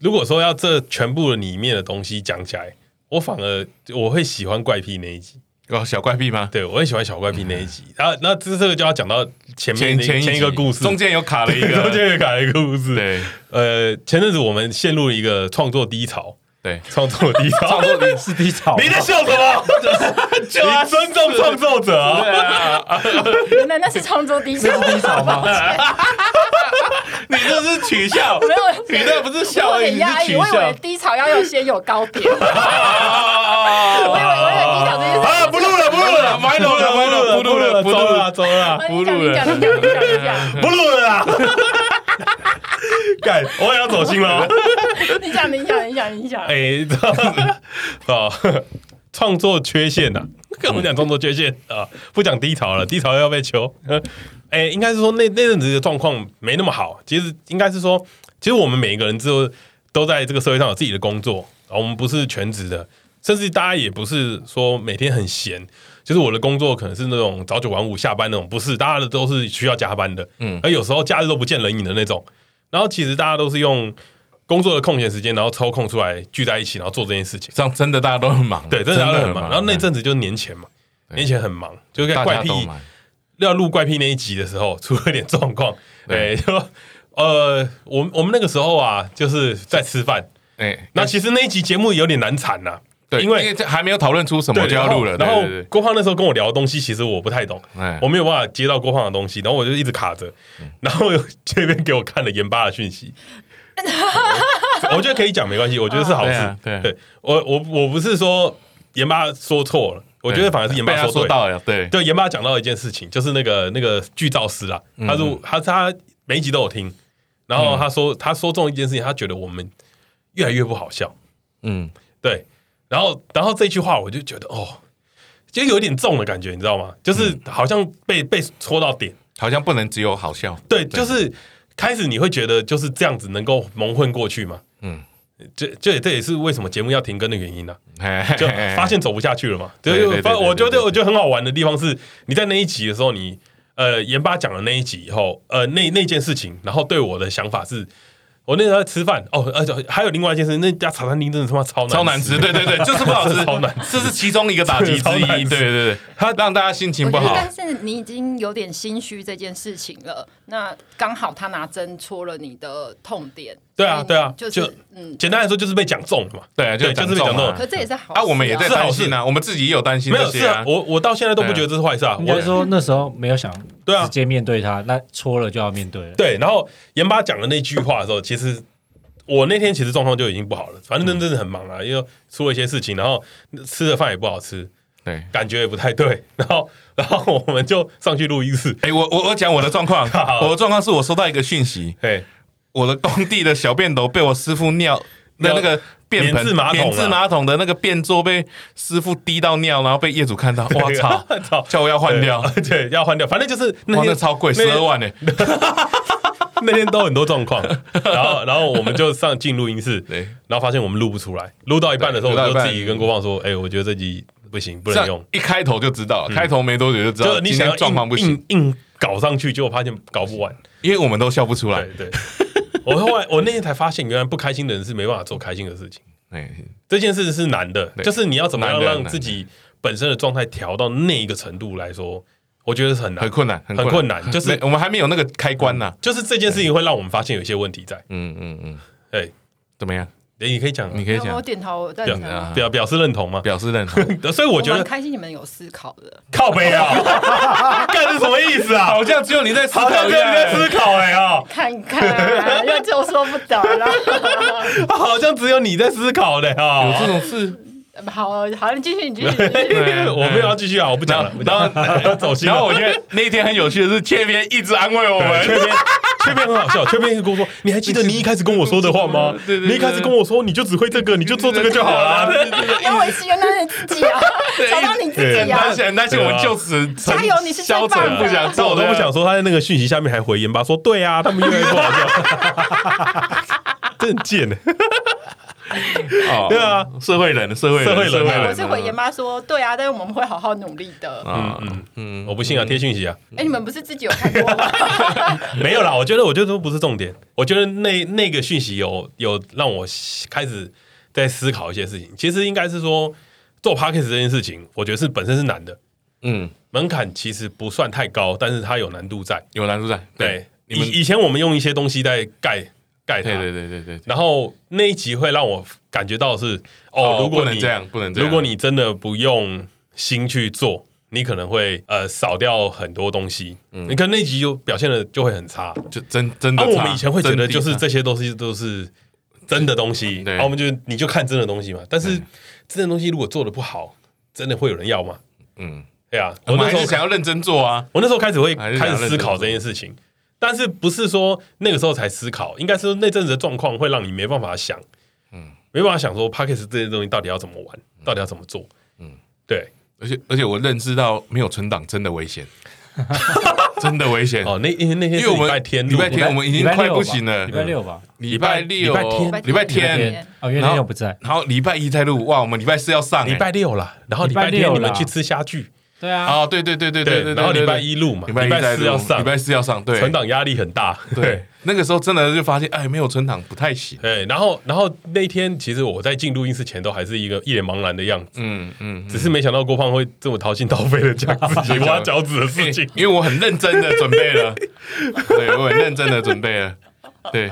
[SPEAKER 1] 如果说要这全部的里面的东西讲起来，我反而我会喜欢怪癖那一集，
[SPEAKER 2] 哦，小怪癖吗？
[SPEAKER 1] 对我会喜欢小怪癖那一集。然后那这这个就要讲到嗯前面
[SPEAKER 2] 前
[SPEAKER 1] 那
[SPEAKER 2] 前
[SPEAKER 1] 前一个
[SPEAKER 2] 集
[SPEAKER 1] 故事，
[SPEAKER 2] 中间有卡了一个，
[SPEAKER 1] 中间也改了一个故事。
[SPEAKER 2] 对
[SPEAKER 1] 呃，前阵子我们陷入了一个创作低潮，
[SPEAKER 2] 对，
[SPEAKER 1] 创作低潮
[SPEAKER 2] 创。作力。
[SPEAKER 4] 是低潮吗。
[SPEAKER 1] 你在笑什么？ 你尊重创作者啊！
[SPEAKER 3] 原来那是创作低潮，
[SPEAKER 4] 是低潮吗？
[SPEAKER 2] 你这是取笑，
[SPEAKER 3] 没有。
[SPEAKER 2] 你那不是笑
[SPEAKER 3] 我
[SPEAKER 2] 而已，
[SPEAKER 3] 很
[SPEAKER 2] 你是
[SPEAKER 3] 压抑，
[SPEAKER 2] 取
[SPEAKER 3] 我以为
[SPEAKER 2] 笑。
[SPEAKER 3] 低潮要有先有高 点，
[SPEAKER 2] 啊
[SPEAKER 3] 我以为我以为低潮这件事。
[SPEAKER 1] 啊，不录了，不录了，
[SPEAKER 2] 不录了
[SPEAKER 1] 不录了，
[SPEAKER 2] 不
[SPEAKER 1] 不
[SPEAKER 2] 录
[SPEAKER 1] 录
[SPEAKER 2] 了
[SPEAKER 1] 了，走了，
[SPEAKER 3] 你讲你讲你讲你讲你讲，
[SPEAKER 1] 不录了啦！ 干，我也要走心了哦。
[SPEAKER 3] 你讲你讲你讲你讲，
[SPEAKER 1] 哎，啊，创作缺陷呐，跟我们讲创作缺陷啊，不讲低潮了，低潮要被求。 哎，应该是说那那阵子的状况没那么好，其实应该是说，其实我们每一个人之后都在这个社会上有自己的工作，啊我们不是全职的，甚至大家也不是说每天很闲。就是我的工作可能是那种早九晚五下班那种，不是，大家的都是需要加班的，嗯，而有时候假日都不见人影的那种。然后其实大家都是用工作的空闲时间，然后抽空出来聚在一起，然后做这件事情。
[SPEAKER 2] 这样真的大家都很忙，
[SPEAKER 1] 对，真的大家都很忙。然后那
[SPEAKER 2] 真
[SPEAKER 1] 阵子就是年前嘛，年前很忙，就是在
[SPEAKER 2] 的大
[SPEAKER 1] 怪
[SPEAKER 2] 家
[SPEAKER 1] 癖
[SPEAKER 2] 都忙，
[SPEAKER 1] 要录怪癖那一集的时候出了点状况，
[SPEAKER 2] 对
[SPEAKER 1] 对，就呃，我们我们那个时候啊，就是在吃饭。
[SPEAKER 2] 哎，
[SPEAKER 1] 那其实那一集节目有点难产呐、
[SPEAKER 2] 对，因
[SPEAKER 1] 因为
[SPEAKER 2] 为这还没有讨论出什么就要录了，
[SPEAKER 1] 然后然
[SPEAKER 2] 对
[SPEAKER 1] 后郭胖那时候跟我聊的东西，其实我不太懂
[SPEAKER 2] 哎，嗯
[SPEAKER 1] 我没有办法接到郭胖的东西，然后我就一直卡着，然后这边给我看了盐巴的讯息，我觉得可以讲没关系，我觉得是好
[SPEAKER 2] 对
[SPEAKER 1] 事
[SPEAKER 2] 啊。对啊
[SPEAKER 1] 对我我我不是说盐巴说错了，我觉得反而是盐
[SPEAKER 2] 哎被
[SPEAKER 1] 巴
[SPEAKER 2] 他
[SPEAKER 1] 说
[SPEAKER 2] 说
[SPEAKER 1] 对了。
[SPEAKER 2] 到了，对，
[SPEAKER 1] 对，盐巴讲到一件事情，就是那个那个剧照师啊，他
[SPEAKER 2] 嗯
[SPEAKER 1] 说他他每一集都有听，然后他说他说中一件事情，他觉得我们越来越不好笑。
[SPEAKER 2] 嗯，
[SPEAKER 1] 对，然后然后这句话我就觉得哦，就有点重的感觉，你知道吗？
[SPEAKER 2] 嗯
[SPEAKER 1] 就是好像被被戳到点。
[SPEAKER 2] 好像不能只有好笑，
[SPEAKER 1] 对，就是开始你会觉得就是这样子能够蒙混过去嘛。
[SPEAKER 2] 嗯，
[SPEAKER 1] 这这这也是为什么节目要停更的原因啊呢、
[SPEAKER 2] 嘿
[SPEAKER 1] 就发现走不下去了嘛。对，
[SPEAKER 2] 对
[SPEAKER 1] 就
[SPEAKER 2] 对对
[SPEAKER 1] 发
[SPEAKER 2] 对对
[SPEAKER 1] 我觉
[SPEAKER 2] 对
[SPEAKER 1] 得我觉得很好玩的地方是，你在那一集的时候，你呃盐巴讲了那一集以后，呃那那件事情，然后对我的想法是。我那时候在吃饭哦，而且还有另外一件事，那家茶餐厅真的他妈超难
[SPEAKER 2] 超难吃，对 对对，就是不好吃，
[SPEAKER 1] 超难
[SPEAKER 2] 这是其中一个打击之
[SPEAKER 1] 超
[SPEAKER 2] 一，
[SPEAKER 1] 难
[SPEAKER 2] 对
[SPEAKER 1] 吃
[SPEAKER 2] 对对，他让大家心情
[SPEAKER 3] 我
[SPEAKER 2] 不
[SPEAKER 3] 觉得，
[SPEAKER 2] 好
[SPEAKER 3] 但，是你已经有点心虚这件事情了。那刚好他拿针戳了你的痛点。
[SPEAKER 1] 对啊
[SPEAKER 3] 所以你
[SPEAKER 1] 对啊
[SPEAKER 3] 就
[SPEAKER 1] 就是
[SPEAKER 3] 嗯，
[SPEAKER 1] 简单来说就是被讲中了嘛。
[SPEAKER 2] 对，
[SPEAKER 1] 对
[SPEAKER 2] 讲
[SPEAKER 1] 就是被
[SPEAKER 2] 中
[SPEAKER 1] 讲中
[SPEAKER 2] 啊
[SPEAKER 1] 了
[SPEAKER 3] 可这也是好
[SPEAKER 2] 啊，我们也在
[SPEAKER 1] 是好
[SPEAKER 2] 担心啊，我们自己也有担心
[SPEAKER 1] 没
[SPEAKER 2] 这
[SPEAKER 1] 有
[SPEAKER 2] 些
[SPEAKER 1] 是
[SPEAKER 2] 啊嗯
[SPEAKER 1] 啊，，我我到现在都不觉得这是坏事啊。
[SPEAKER 4] 应
[SPEAKER 1] 我
[SPEAKER 4] 该说那时候没有想
[SPEAKER 1] 对啊
[SPEAKER 4] 直接面对他，那戳了就要面对了。
[SPEAKER 1] 对，然后盐巴讲的那句话的时候，其实我那天其实状况就已经不好了，反正真真的很忙啊，因为出了一些事情，然后吃的饭也不好吃，
[SPEAKER 2] 对。
[SPEAKER 1] 感觉也不太对， 然后然后我们就上去录音室，
[SPEAKER 2] 哎、我我我讲我的状 况，
[SPEAKER 1] 好
[SPEAKER 2] 我的状况是我收到一个讯息，
[SPEAKER 1] 哎，
[SPEAKER 2] 我的工地的小便斗被我师傅尿，那
[SPEAKER 1] 尿
[SPEAKER 2] 那个便
[SPEAKER 1] 免
[SPEAKER 2] 盆
[SPEAKER 1] 治马桶啊
[SPEAKER 2] 免治马桶的那个便座被师傅滴到尿，然后被业主看到， 我操，
[SPEAKER 1] 操，
[SPEAKER 2] 叫我要换掉，哇，
[SPEAKER 1] 对， 对，要换掉，反正就是那
[SPEAKER 2] 那
[SPEAKER 1] 天
[SPEAKER 2] 超贵，
[SPEAKER 1] 那
[SPEAKER 2] 十
[SPEAKER 1] 天
[SPEAKER 2] 二万欸呢、
[SPEAKER 1] 那天都很多状况，然后然后我们就上进录音室，
[SPEAKER 2] 对
[SPEAKER 1] 然后发现我们录不出来，录到一半的时候，
[SPEAKER 2] 对
[SPEAKER 1] 我就
[SPEAKER 2] 录到一半
[SPEAKER 1] 自己跟郭放说，哎，我觉得这集不行，不
[SPEAKER 2] 这
[SPEAKER 1] 能用
[SPEAKER 2] 样。一开头就知道，开头没多久嗯就知
[SPEAKER 1] 就
[SPEAKER 2] 道，
[SPEAKER 1] 是你想要
[SPEAKER 2] 今天状况不行，
[SPEAKER 1] 硬硬硬搞上去，结果发现搞不 完。
[SPEAKER 2] 因为我们都笑不出来
[SPEAKER 1] 对。对，我后来我那天才发现，原来不开心的人是没办法做开心的事情。
[SPEAKER 2] 哎，
[SPEAKER 1] 这件事是难的，
[SPEAKER 2] 对
[SPEAKER 1] 就是你要怎么样
[SPEAKER 2] 难的
[SPEAKER 1] 让自己本身的状态调到那一个程度来说，我觉得是很难
[SPEAKER 2] 很。困难，
[SPEAKER 1] 很困难就是
[SPEAKER 2] 没我们还没有那个开关呢。
[SPEAKER 1] 就是这件事情会让我们发现有一些问题在。
[SPEAKER 2] 嗯嗯嗯，
[SPEAKER 1] 哎，
[SPEAKER 2] 怎么样？
[SPEAKER 1] 诶你可以讲啊，
[SPEAKER 2] 你可以
[SPEAKER 3] 没有
[SPEAKER 2] 讲，
[SPEAKER 3] 我点头，我赞
[SPEAKER 1] 对
[SPEAKER 3] 成
[SPEAKER 2] 啊
[SPEAKER 3] 啊。
[SPEAKER 1] 表表示认同嘛？
[SPEAKER 2] 表示认同。
[SPEAKER 1] 所以我觉
[SPEAKER 3] 蛮
[SPEAKER 1] 得
[SPEAKER 3] 开心你们有思考的，
[SPEAKER 1] 靠背啊， 干是什么意思啊？
[SPEAKER 2] 好像只有你在思
[SPEAKER 1] 好像
[SPEAKER 2] 考一
[SPEAKER 1] 只有你在
[SPEAKER 2] 样，
[SPEAKER 1] 思考哎啊，
[SPEAKER 3] 看看，那就说不得 了。
[SPEAKER 1] 好像只有你在思考嘞
[SPEAKER 2] 有 这
[SPEAKER 1] 啊。
[SPEAKER 2] 种事。
[SPEAKER 3] 好，好，你继续，你继续，你继续。
[SPEAKER 2] 对
[SPEAKER 1] 我没有要继续啊，我不讲了，不讲了
[SPEAKER 2] 然 后
[SPEAKER 1] 走心了
[SPEAKER 2] 然后我觉得那一天很有趣的是，切边一直安慰我
[SPEAKER 1] 对，
[SPEAKER 2] 们。
[SPEAKER 1] 缺边缺边很好笑，缺边跟我说：“你还记得你一开始跟我说的话吗？
[SPEAKER 2] 对对对
[SPEAKER 1] 你一开始跟我说你就只会这个，你就做这个就好了。
[SPEAKER 2] 对对对对
[SPEAKER 3] 你要维持原来的自己啊，找到你自
[SPEAKER 2] 很
[SPEAKER 3] 己啊
[SPEAKER 2] 担。心，很担心，我们就此
[SPEAKER 3] 加油你是最
[SPEAKER 2] 消
[SPEAKER 3] 棒的
[SPEAKER 2] 沉，不想”
[SPEAKER 1] 但
[SPEAKER 2] 做
[SPEAKER 1] 我都
[SPEAKER 2] 的，
[SPEAKER 1] 不想说，他在那个讯息下面还回言吧，说：“对啊，他们越来越不好笑。” 真贱呢，欸
[SPEAKER 2] 哦
[SPEAKER 1] 对啊，
[SPEAKER 2] 社会人，社会人，
[SPEAKER 1] 社会人
[SPEAKER 3] 对我是回
[SPEAKER 2] 啊
[SPEAKER 3] 严妈说，对啊，但是我们会好好努力的。
[SPEAKER 2] 啊，
[SPEAKER 1] 嗯嗯，我不信啊，贴讯息啊，
[SPEAKER 3] 哎，你们不是自己有看过 吗？
[SPEAKER 1] 没有啦，我觉得我觉得都不是重点，我觉得那那个讯息有有让我开始在思考一些事情，其实应该是说做 p a c k a g e 这件事情，我觉得是本身是难的，
[SPEAKER 2] 嗯，
[SPEAKER 1] 门槛其实不算太高，但是它有难度在。
[SPEAKER 2] 有难度在，
[SPEAKER 1] 对，
[SPEAKER 2] 你们，
[SPEAKER 1] 以以前我们用一些东西在盖盖它，
[SPEAKER 2] 对对对对对，
[SPEAKER 1] 然后那一集会让我感觉到是哦，
[SPEAKER 2] 哦，
[SPEAKER 1] 如
[SPEAKER 2] 不
[SPEAKER 1] 果
[SPEAKER 2] 能
[SPEAKER 1] 你
[SPEAKER 2] 这样，不能这样，
[SPEAKER 1] 如果你真的不用心去做，你可能会呃少掉很多东西，
[SPEAKER 2] 嗯
[SPEAKER 1] 你看那集就表现的就会很差。
[SPEAKER 2] 就真真的
[SPEAKER 1] 啊，
[SPEAKER 2] 差，
[SPEAKER 1] 我们以前会觉得就是
[SPEAKER 2] 真的
[SPEAKER 1] 这些东西都是真的东西，
[SPEAKER 2] 对
[SPEAKER 1] 然后我们就你就看真的东西嘛，但是真的东西如果做的不好，真的会有人要吗？
[SPEAKER 2] 差，嗯，
[SPEAKER 1] 对啊，
[SPEAKER 2] 我
[SPEAKER 1] 我
[SPEAKER 2] 们
[SPEAKER 1] 那
[SPEAKER 2] 还
[SPEAKER 1] 时候
[SPEAKER 2] 是想要认真做啊，
[SPEAKER 1] 我那时候开始会
[SPEAKER 2] 还是想
[SPEAKER 1] 开
[SPEAKER 2] 要
[SPEAKER 1] 始思考这件事情，但是不是说那个时候才思考，应该是说那阵子的状况会让你没办法想，嗯，没办法想说 p a c k a g e 这些东西到底要怎么玩，到底要怎么做，嗯
[SPEAKER 2] 嗯，
[SPEAKER 1] 对，
[SPEAKER 2] 而且而且我认知到没有存档真的危险， 真的危险。
[SPEAKER 1] 哦，那因为那天
[SPEAKER 2] 因
[SPEAKER 1] 是
[SPEAKER 2] 为我
[SPEAKER 1] 礼
[SPEAKER 2] 们
[SPEAKER 1] 拜天
[SPEAKER 2] 礼
[SPEAKER 1] 录
[SPEAKER 2] 拜，天我们已经
[SPEAKER 4] 礼拜
[SPEAKER 2] 快
[SPEAKER 4] 六
[SPEAKER 2] 不
[SPEAKER 4] 吧
[SPEAKER 2] 行了
[SPEAKER 4] 礼拜六吧，
[SPEAKER 2] 礼拜
[SPEAKER 1] 礼
[SPEAKER 2] 六
[SPEAKER 1] 拜天、
[SPEAKER 2] 礼拜
[SPEAKER 3] 礼拜
[SPEAKER 2] 天
[SPEAKER 3] 天，
[SPEAKER 4] 哦，原
[SPEAKER 2] 然
[SPEAKER 4] 来
[SPEAKER 2] 后
[SPEAKER 4] 又不在。
[SPEAKER 2] 然后礼拜一再录，哇，我们礼拜四要上欸，
[SPEAKER 1] 礼拜六啦，然后礼拜
[SPEAKER 4] 礼拜
[SPEAKER 1] 天
[SPEAKER 4] 六
[SPEAKER 1] 你
[SPEAKER 4] 啦
[SPEAKER 1] 们去吃虾聚，
[SPEAKER 4] 对啊，
[SPEAKER 2] 啊，对对对对对对，
[SPEAKER 1] 然后
[SPEAKER 2] 对
[SPEAKER 1] 礼拜
[SPEAKER 2] 对
[SPEAKER 1] 一录嘛，
[SPEAKER 2] 礼拜一再
[SPEAKER 1] 四要
[SPEAKER 2] 录
[SPEAKER 1] 上
[SPEAKER 2] 礼，拜四要上，对，
[SPEAKER 1] 存档压力很大，
[SPEAKER 2] 对，那个时候真的就发现，哎，没有存档不太行，
[SPEAKER 1] 对，然后然后那一天其实我在进录音室前都还是一个一脸茫然的样子。
[SPEAKER 2] 嗯嗯，
[SPEAKER 1] 只是没想到郭胖会这么掏心掏肺的讲自 己挖脚趾的事情。
[SPEAKER 2] 因为我很认真的准备了，对我很认真的准备了，对，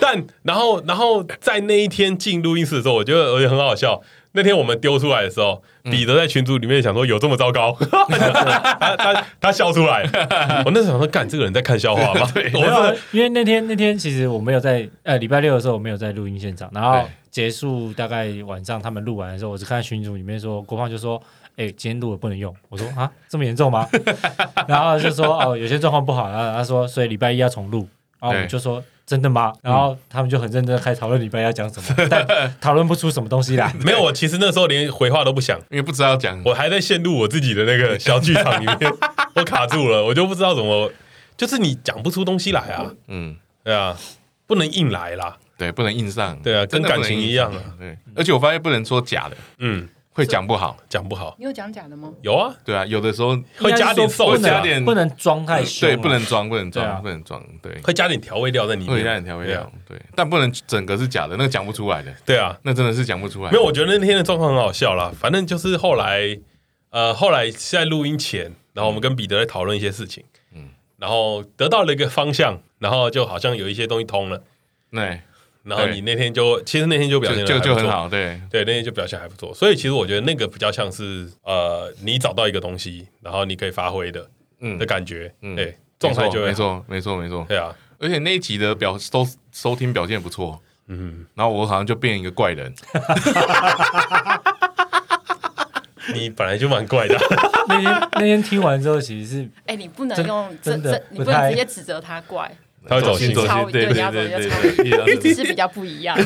[SPEAKER 1] 但然后然后在那一天进录音室的时候，我觉得我觉得很好笑。那天我们丢出来的时候，
[SPEAKER 2] 嗯
[SPEAKER 1] 彼得在群组里面想说有这么糟糕， 他他他笑出 来了。我那时候想说，干这个人在看笑话吗？我
[SPEAKER 4] 没
[SPEAKER 1] 真
[SPEAKER 4] 有啊
[SPEAKER 2] 啊
[SPEAKER 1] 的，
[SPEAKER 4] 因为那天那天其实我没有在，呃，礼拜六的时候我没有在录音现场，然后
[SPEAKER 2] 对
[SPEAKER 4] 结束大概晚上他们录完的时候，我只看群组里面说郭胖就说，哎、今天录了不能用，我说啊这么严重吗？ 然后就说哦有些状况不好，然后他说所以礼拜一要重录，然后我
[SPEAKER 2] 对
[SPEAKER 4] 们就说真的吗？
[SPEAKER 1] 嗯
[SPEAKER 4] 然后他们就很认真地开始讨论礼拜一要讲什么，但讨论不出什么东西来。
[SPEAKER 1] 没有，我其实那时候连回话都不想，
[SPEAKER 2] 因为不知道讲，
[SPEAKER 1] 我还在陷入我自己的那个小剧场里面， 我卡住了，我就不知道怎么，就是你讲不出东西来啊，
[SPEAKER 2] 嗯，
[SPEAKER 1] 对啊，不能硬来啦，
[SPEAKER 2] 对，不能硬上，
[SPEAKER 1] 对啊，
[SPEAKER 2] 真
[SPEAKER 1] 跟
[SPEAKER 2] 的不
[SPEAKER 1] 感
[SPEAKER 2] 能
[SPEAKER 1] 情
[SPEAKER 2] 硬
[SPEAKER 1] 一样啊，
[SPEAKER 2] 上，对，而且我发现不能说假的，
[SPEAKER 1] 嗯，
[SPEAKER 2] 会讲不好，
[SPEAKER 1] 讲不好，
[SPEAKER 3] 你有讲假的吗？
[SPEAKER 1] 有啊，
[SPEAKER 2] 对啊，有的时候
[SPEAKER 1] 会加点瘦
[SPEAKER 4] 应该是说不
[SPEAKER 1] 加
[SPEAKER 4] 能啊
[SPEAKER 1] 点
[SPEAKER 2] 点
[SPEAKER 4] 不能装太凶
[SPEAKER 2] 对
[SPEAKER 4] 了，
[SPEAKER 2] 不能装，不能
[SPEAKER 4] 对啊
[SPEAKER 2] 装，不能装，对，
[SPEAKER 1] 会加点调味料在里
[SPEAKER 2] 会加
[SPEAKER 1] 面，
[SPEAKER 2] 点调味料，对，但不能整个是假的，那个讲不出来的，
[SPEAKER 1] 对啊，
[SPEAKER 2] 那真的是讲不出来
[SPEAKER 1] 没。有，我觉得那天的状况很好笑啦。反正就是后来，呃，后来是在录音前，然后我们跟彼得在讨论一些事情，嗯
[SPEAKER 2] 嗯，
[SPEAKER 1] 然后得到了一个方向，然后就好像有一些东西通了。
[SPEAKER 2] 对，
[SPEAKER 1] 然后
[SPEAKER 2] 对
[SPEAKER 1] 你那天就，其实那天就表现
[SPEAKER 2] 就
[SPEAKER 1] 得还
[SPEAKER 2] 就就
[SPEAKER 1] 不
[SPEAKER 2] 很
[SPEAKER 1] 错，
[SPEAKER 2] 好，对，
[SPEAKER 1] 对，那天就表现还不错。所以其实我觉得那个比较像是，呃，你找到一个东西，然后你可以发挥的
[SPEAKER 2] 嗯
[SPEAKER 1] 的，感觉，
[SPEAKER 2] 嗯
[SPEAKER 1] 对，状态就会
[SPEAKER 2] 没，错，没错，没错。没错
[SPEAKER 1] 对啊，
[SPEAKER 2] 而且那一集的表收收听表现不错，
[SPEAKER 1] 嗯，
[SPEAKER 2] 然后我好像就变一个怪人，
[SPEAKER 1] 你本来就蛮怪 的，
[SPEAKER 4] 那天那天听完之后，其实是
[SPEAKER 3] 哎，你不能
[SPEAKER 4] 真
[SPEAKER 3] 用这
[SPEAKER 4] 真的
[SPEAKER 3] 这，你不
[SPEAKER 4] 不太
[SPEAKER 3] 能直接指责他怪，
[SPEAKER 1] 他会走心
[SPEAKER 3] 走心超
[SPEAKER 2] 对对
[SPEAKER 3] 对你要
[SPEAKER 2] 对
[SPEAKER 3] 走
[SPEAKER 2] 对
[SPEAKER 3] 心
[SPEAKER 2] 对对对对
[SPEAKER 3] 只
[SPEAKER 2] 对，
[SPEAKER 3] 是比较不一样。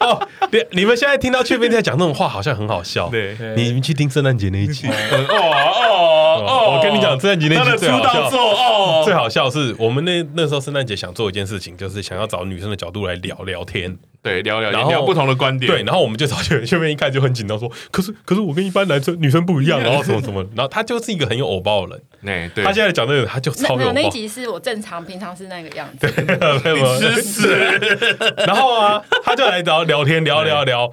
[SPEAKER 1] 哦，对，你们现在听到雀斌在讲这种话，好像很好笑。
[SPEAKER 2] 对
[SPEAKER 4] 呃
[SPEAKER 1] 你们去听圣诞节那一集。
[SPEAKER 2] 嗯哦哦
[SPEAKER 1] 哦，我跟你讲，，圣诞节那
[SPEAKER 2] 他
[SPEAKER 1] 一集最
[SPEAKER 2] 的出
[SPEAKER 1] 好
[SPEAKER 2] 道
[SPEAKER 1] 笑。
[SPEAKER 2] 作哦，
[SPEAKER 1] 最好笑是我们那那时候圣诞节想做一件事情，就是想要找女生的角度来聊聊天。
[SPEAKER 2] 对，聊聊
[SPEAKER 1] 然后
[SPEAKER 2] 聊不同的观点，
[SPEAKER 1] 对，然后我们就找雀斌，雀斌一看就很紧张，说：“可是可是我跟一般男生女生不一样，然后什么什么。”然后他就是一个很有偶包的人，
[SPEAKER 2] 哎，对，
[SPEAKER 1] 他现在讲这个他就
[SPEAKER 3] 那
[SPEAKER 1] 超
[SPEAKER 3] 没
[SPEAKER 1] 有
[SPEAKER 3] 有
[SPEAKER 1] 偶
[SPEAKER 3] 那一
[SPEAKER 1] 包。
[SPEAKER 3] 集是我正常平常是那个样子，
[SPEAKER 1] 没有
[SPEAKER 2] 吃屎，
[SPEAKER 1] 然后啊，他就来聊聊天，聊聊聊。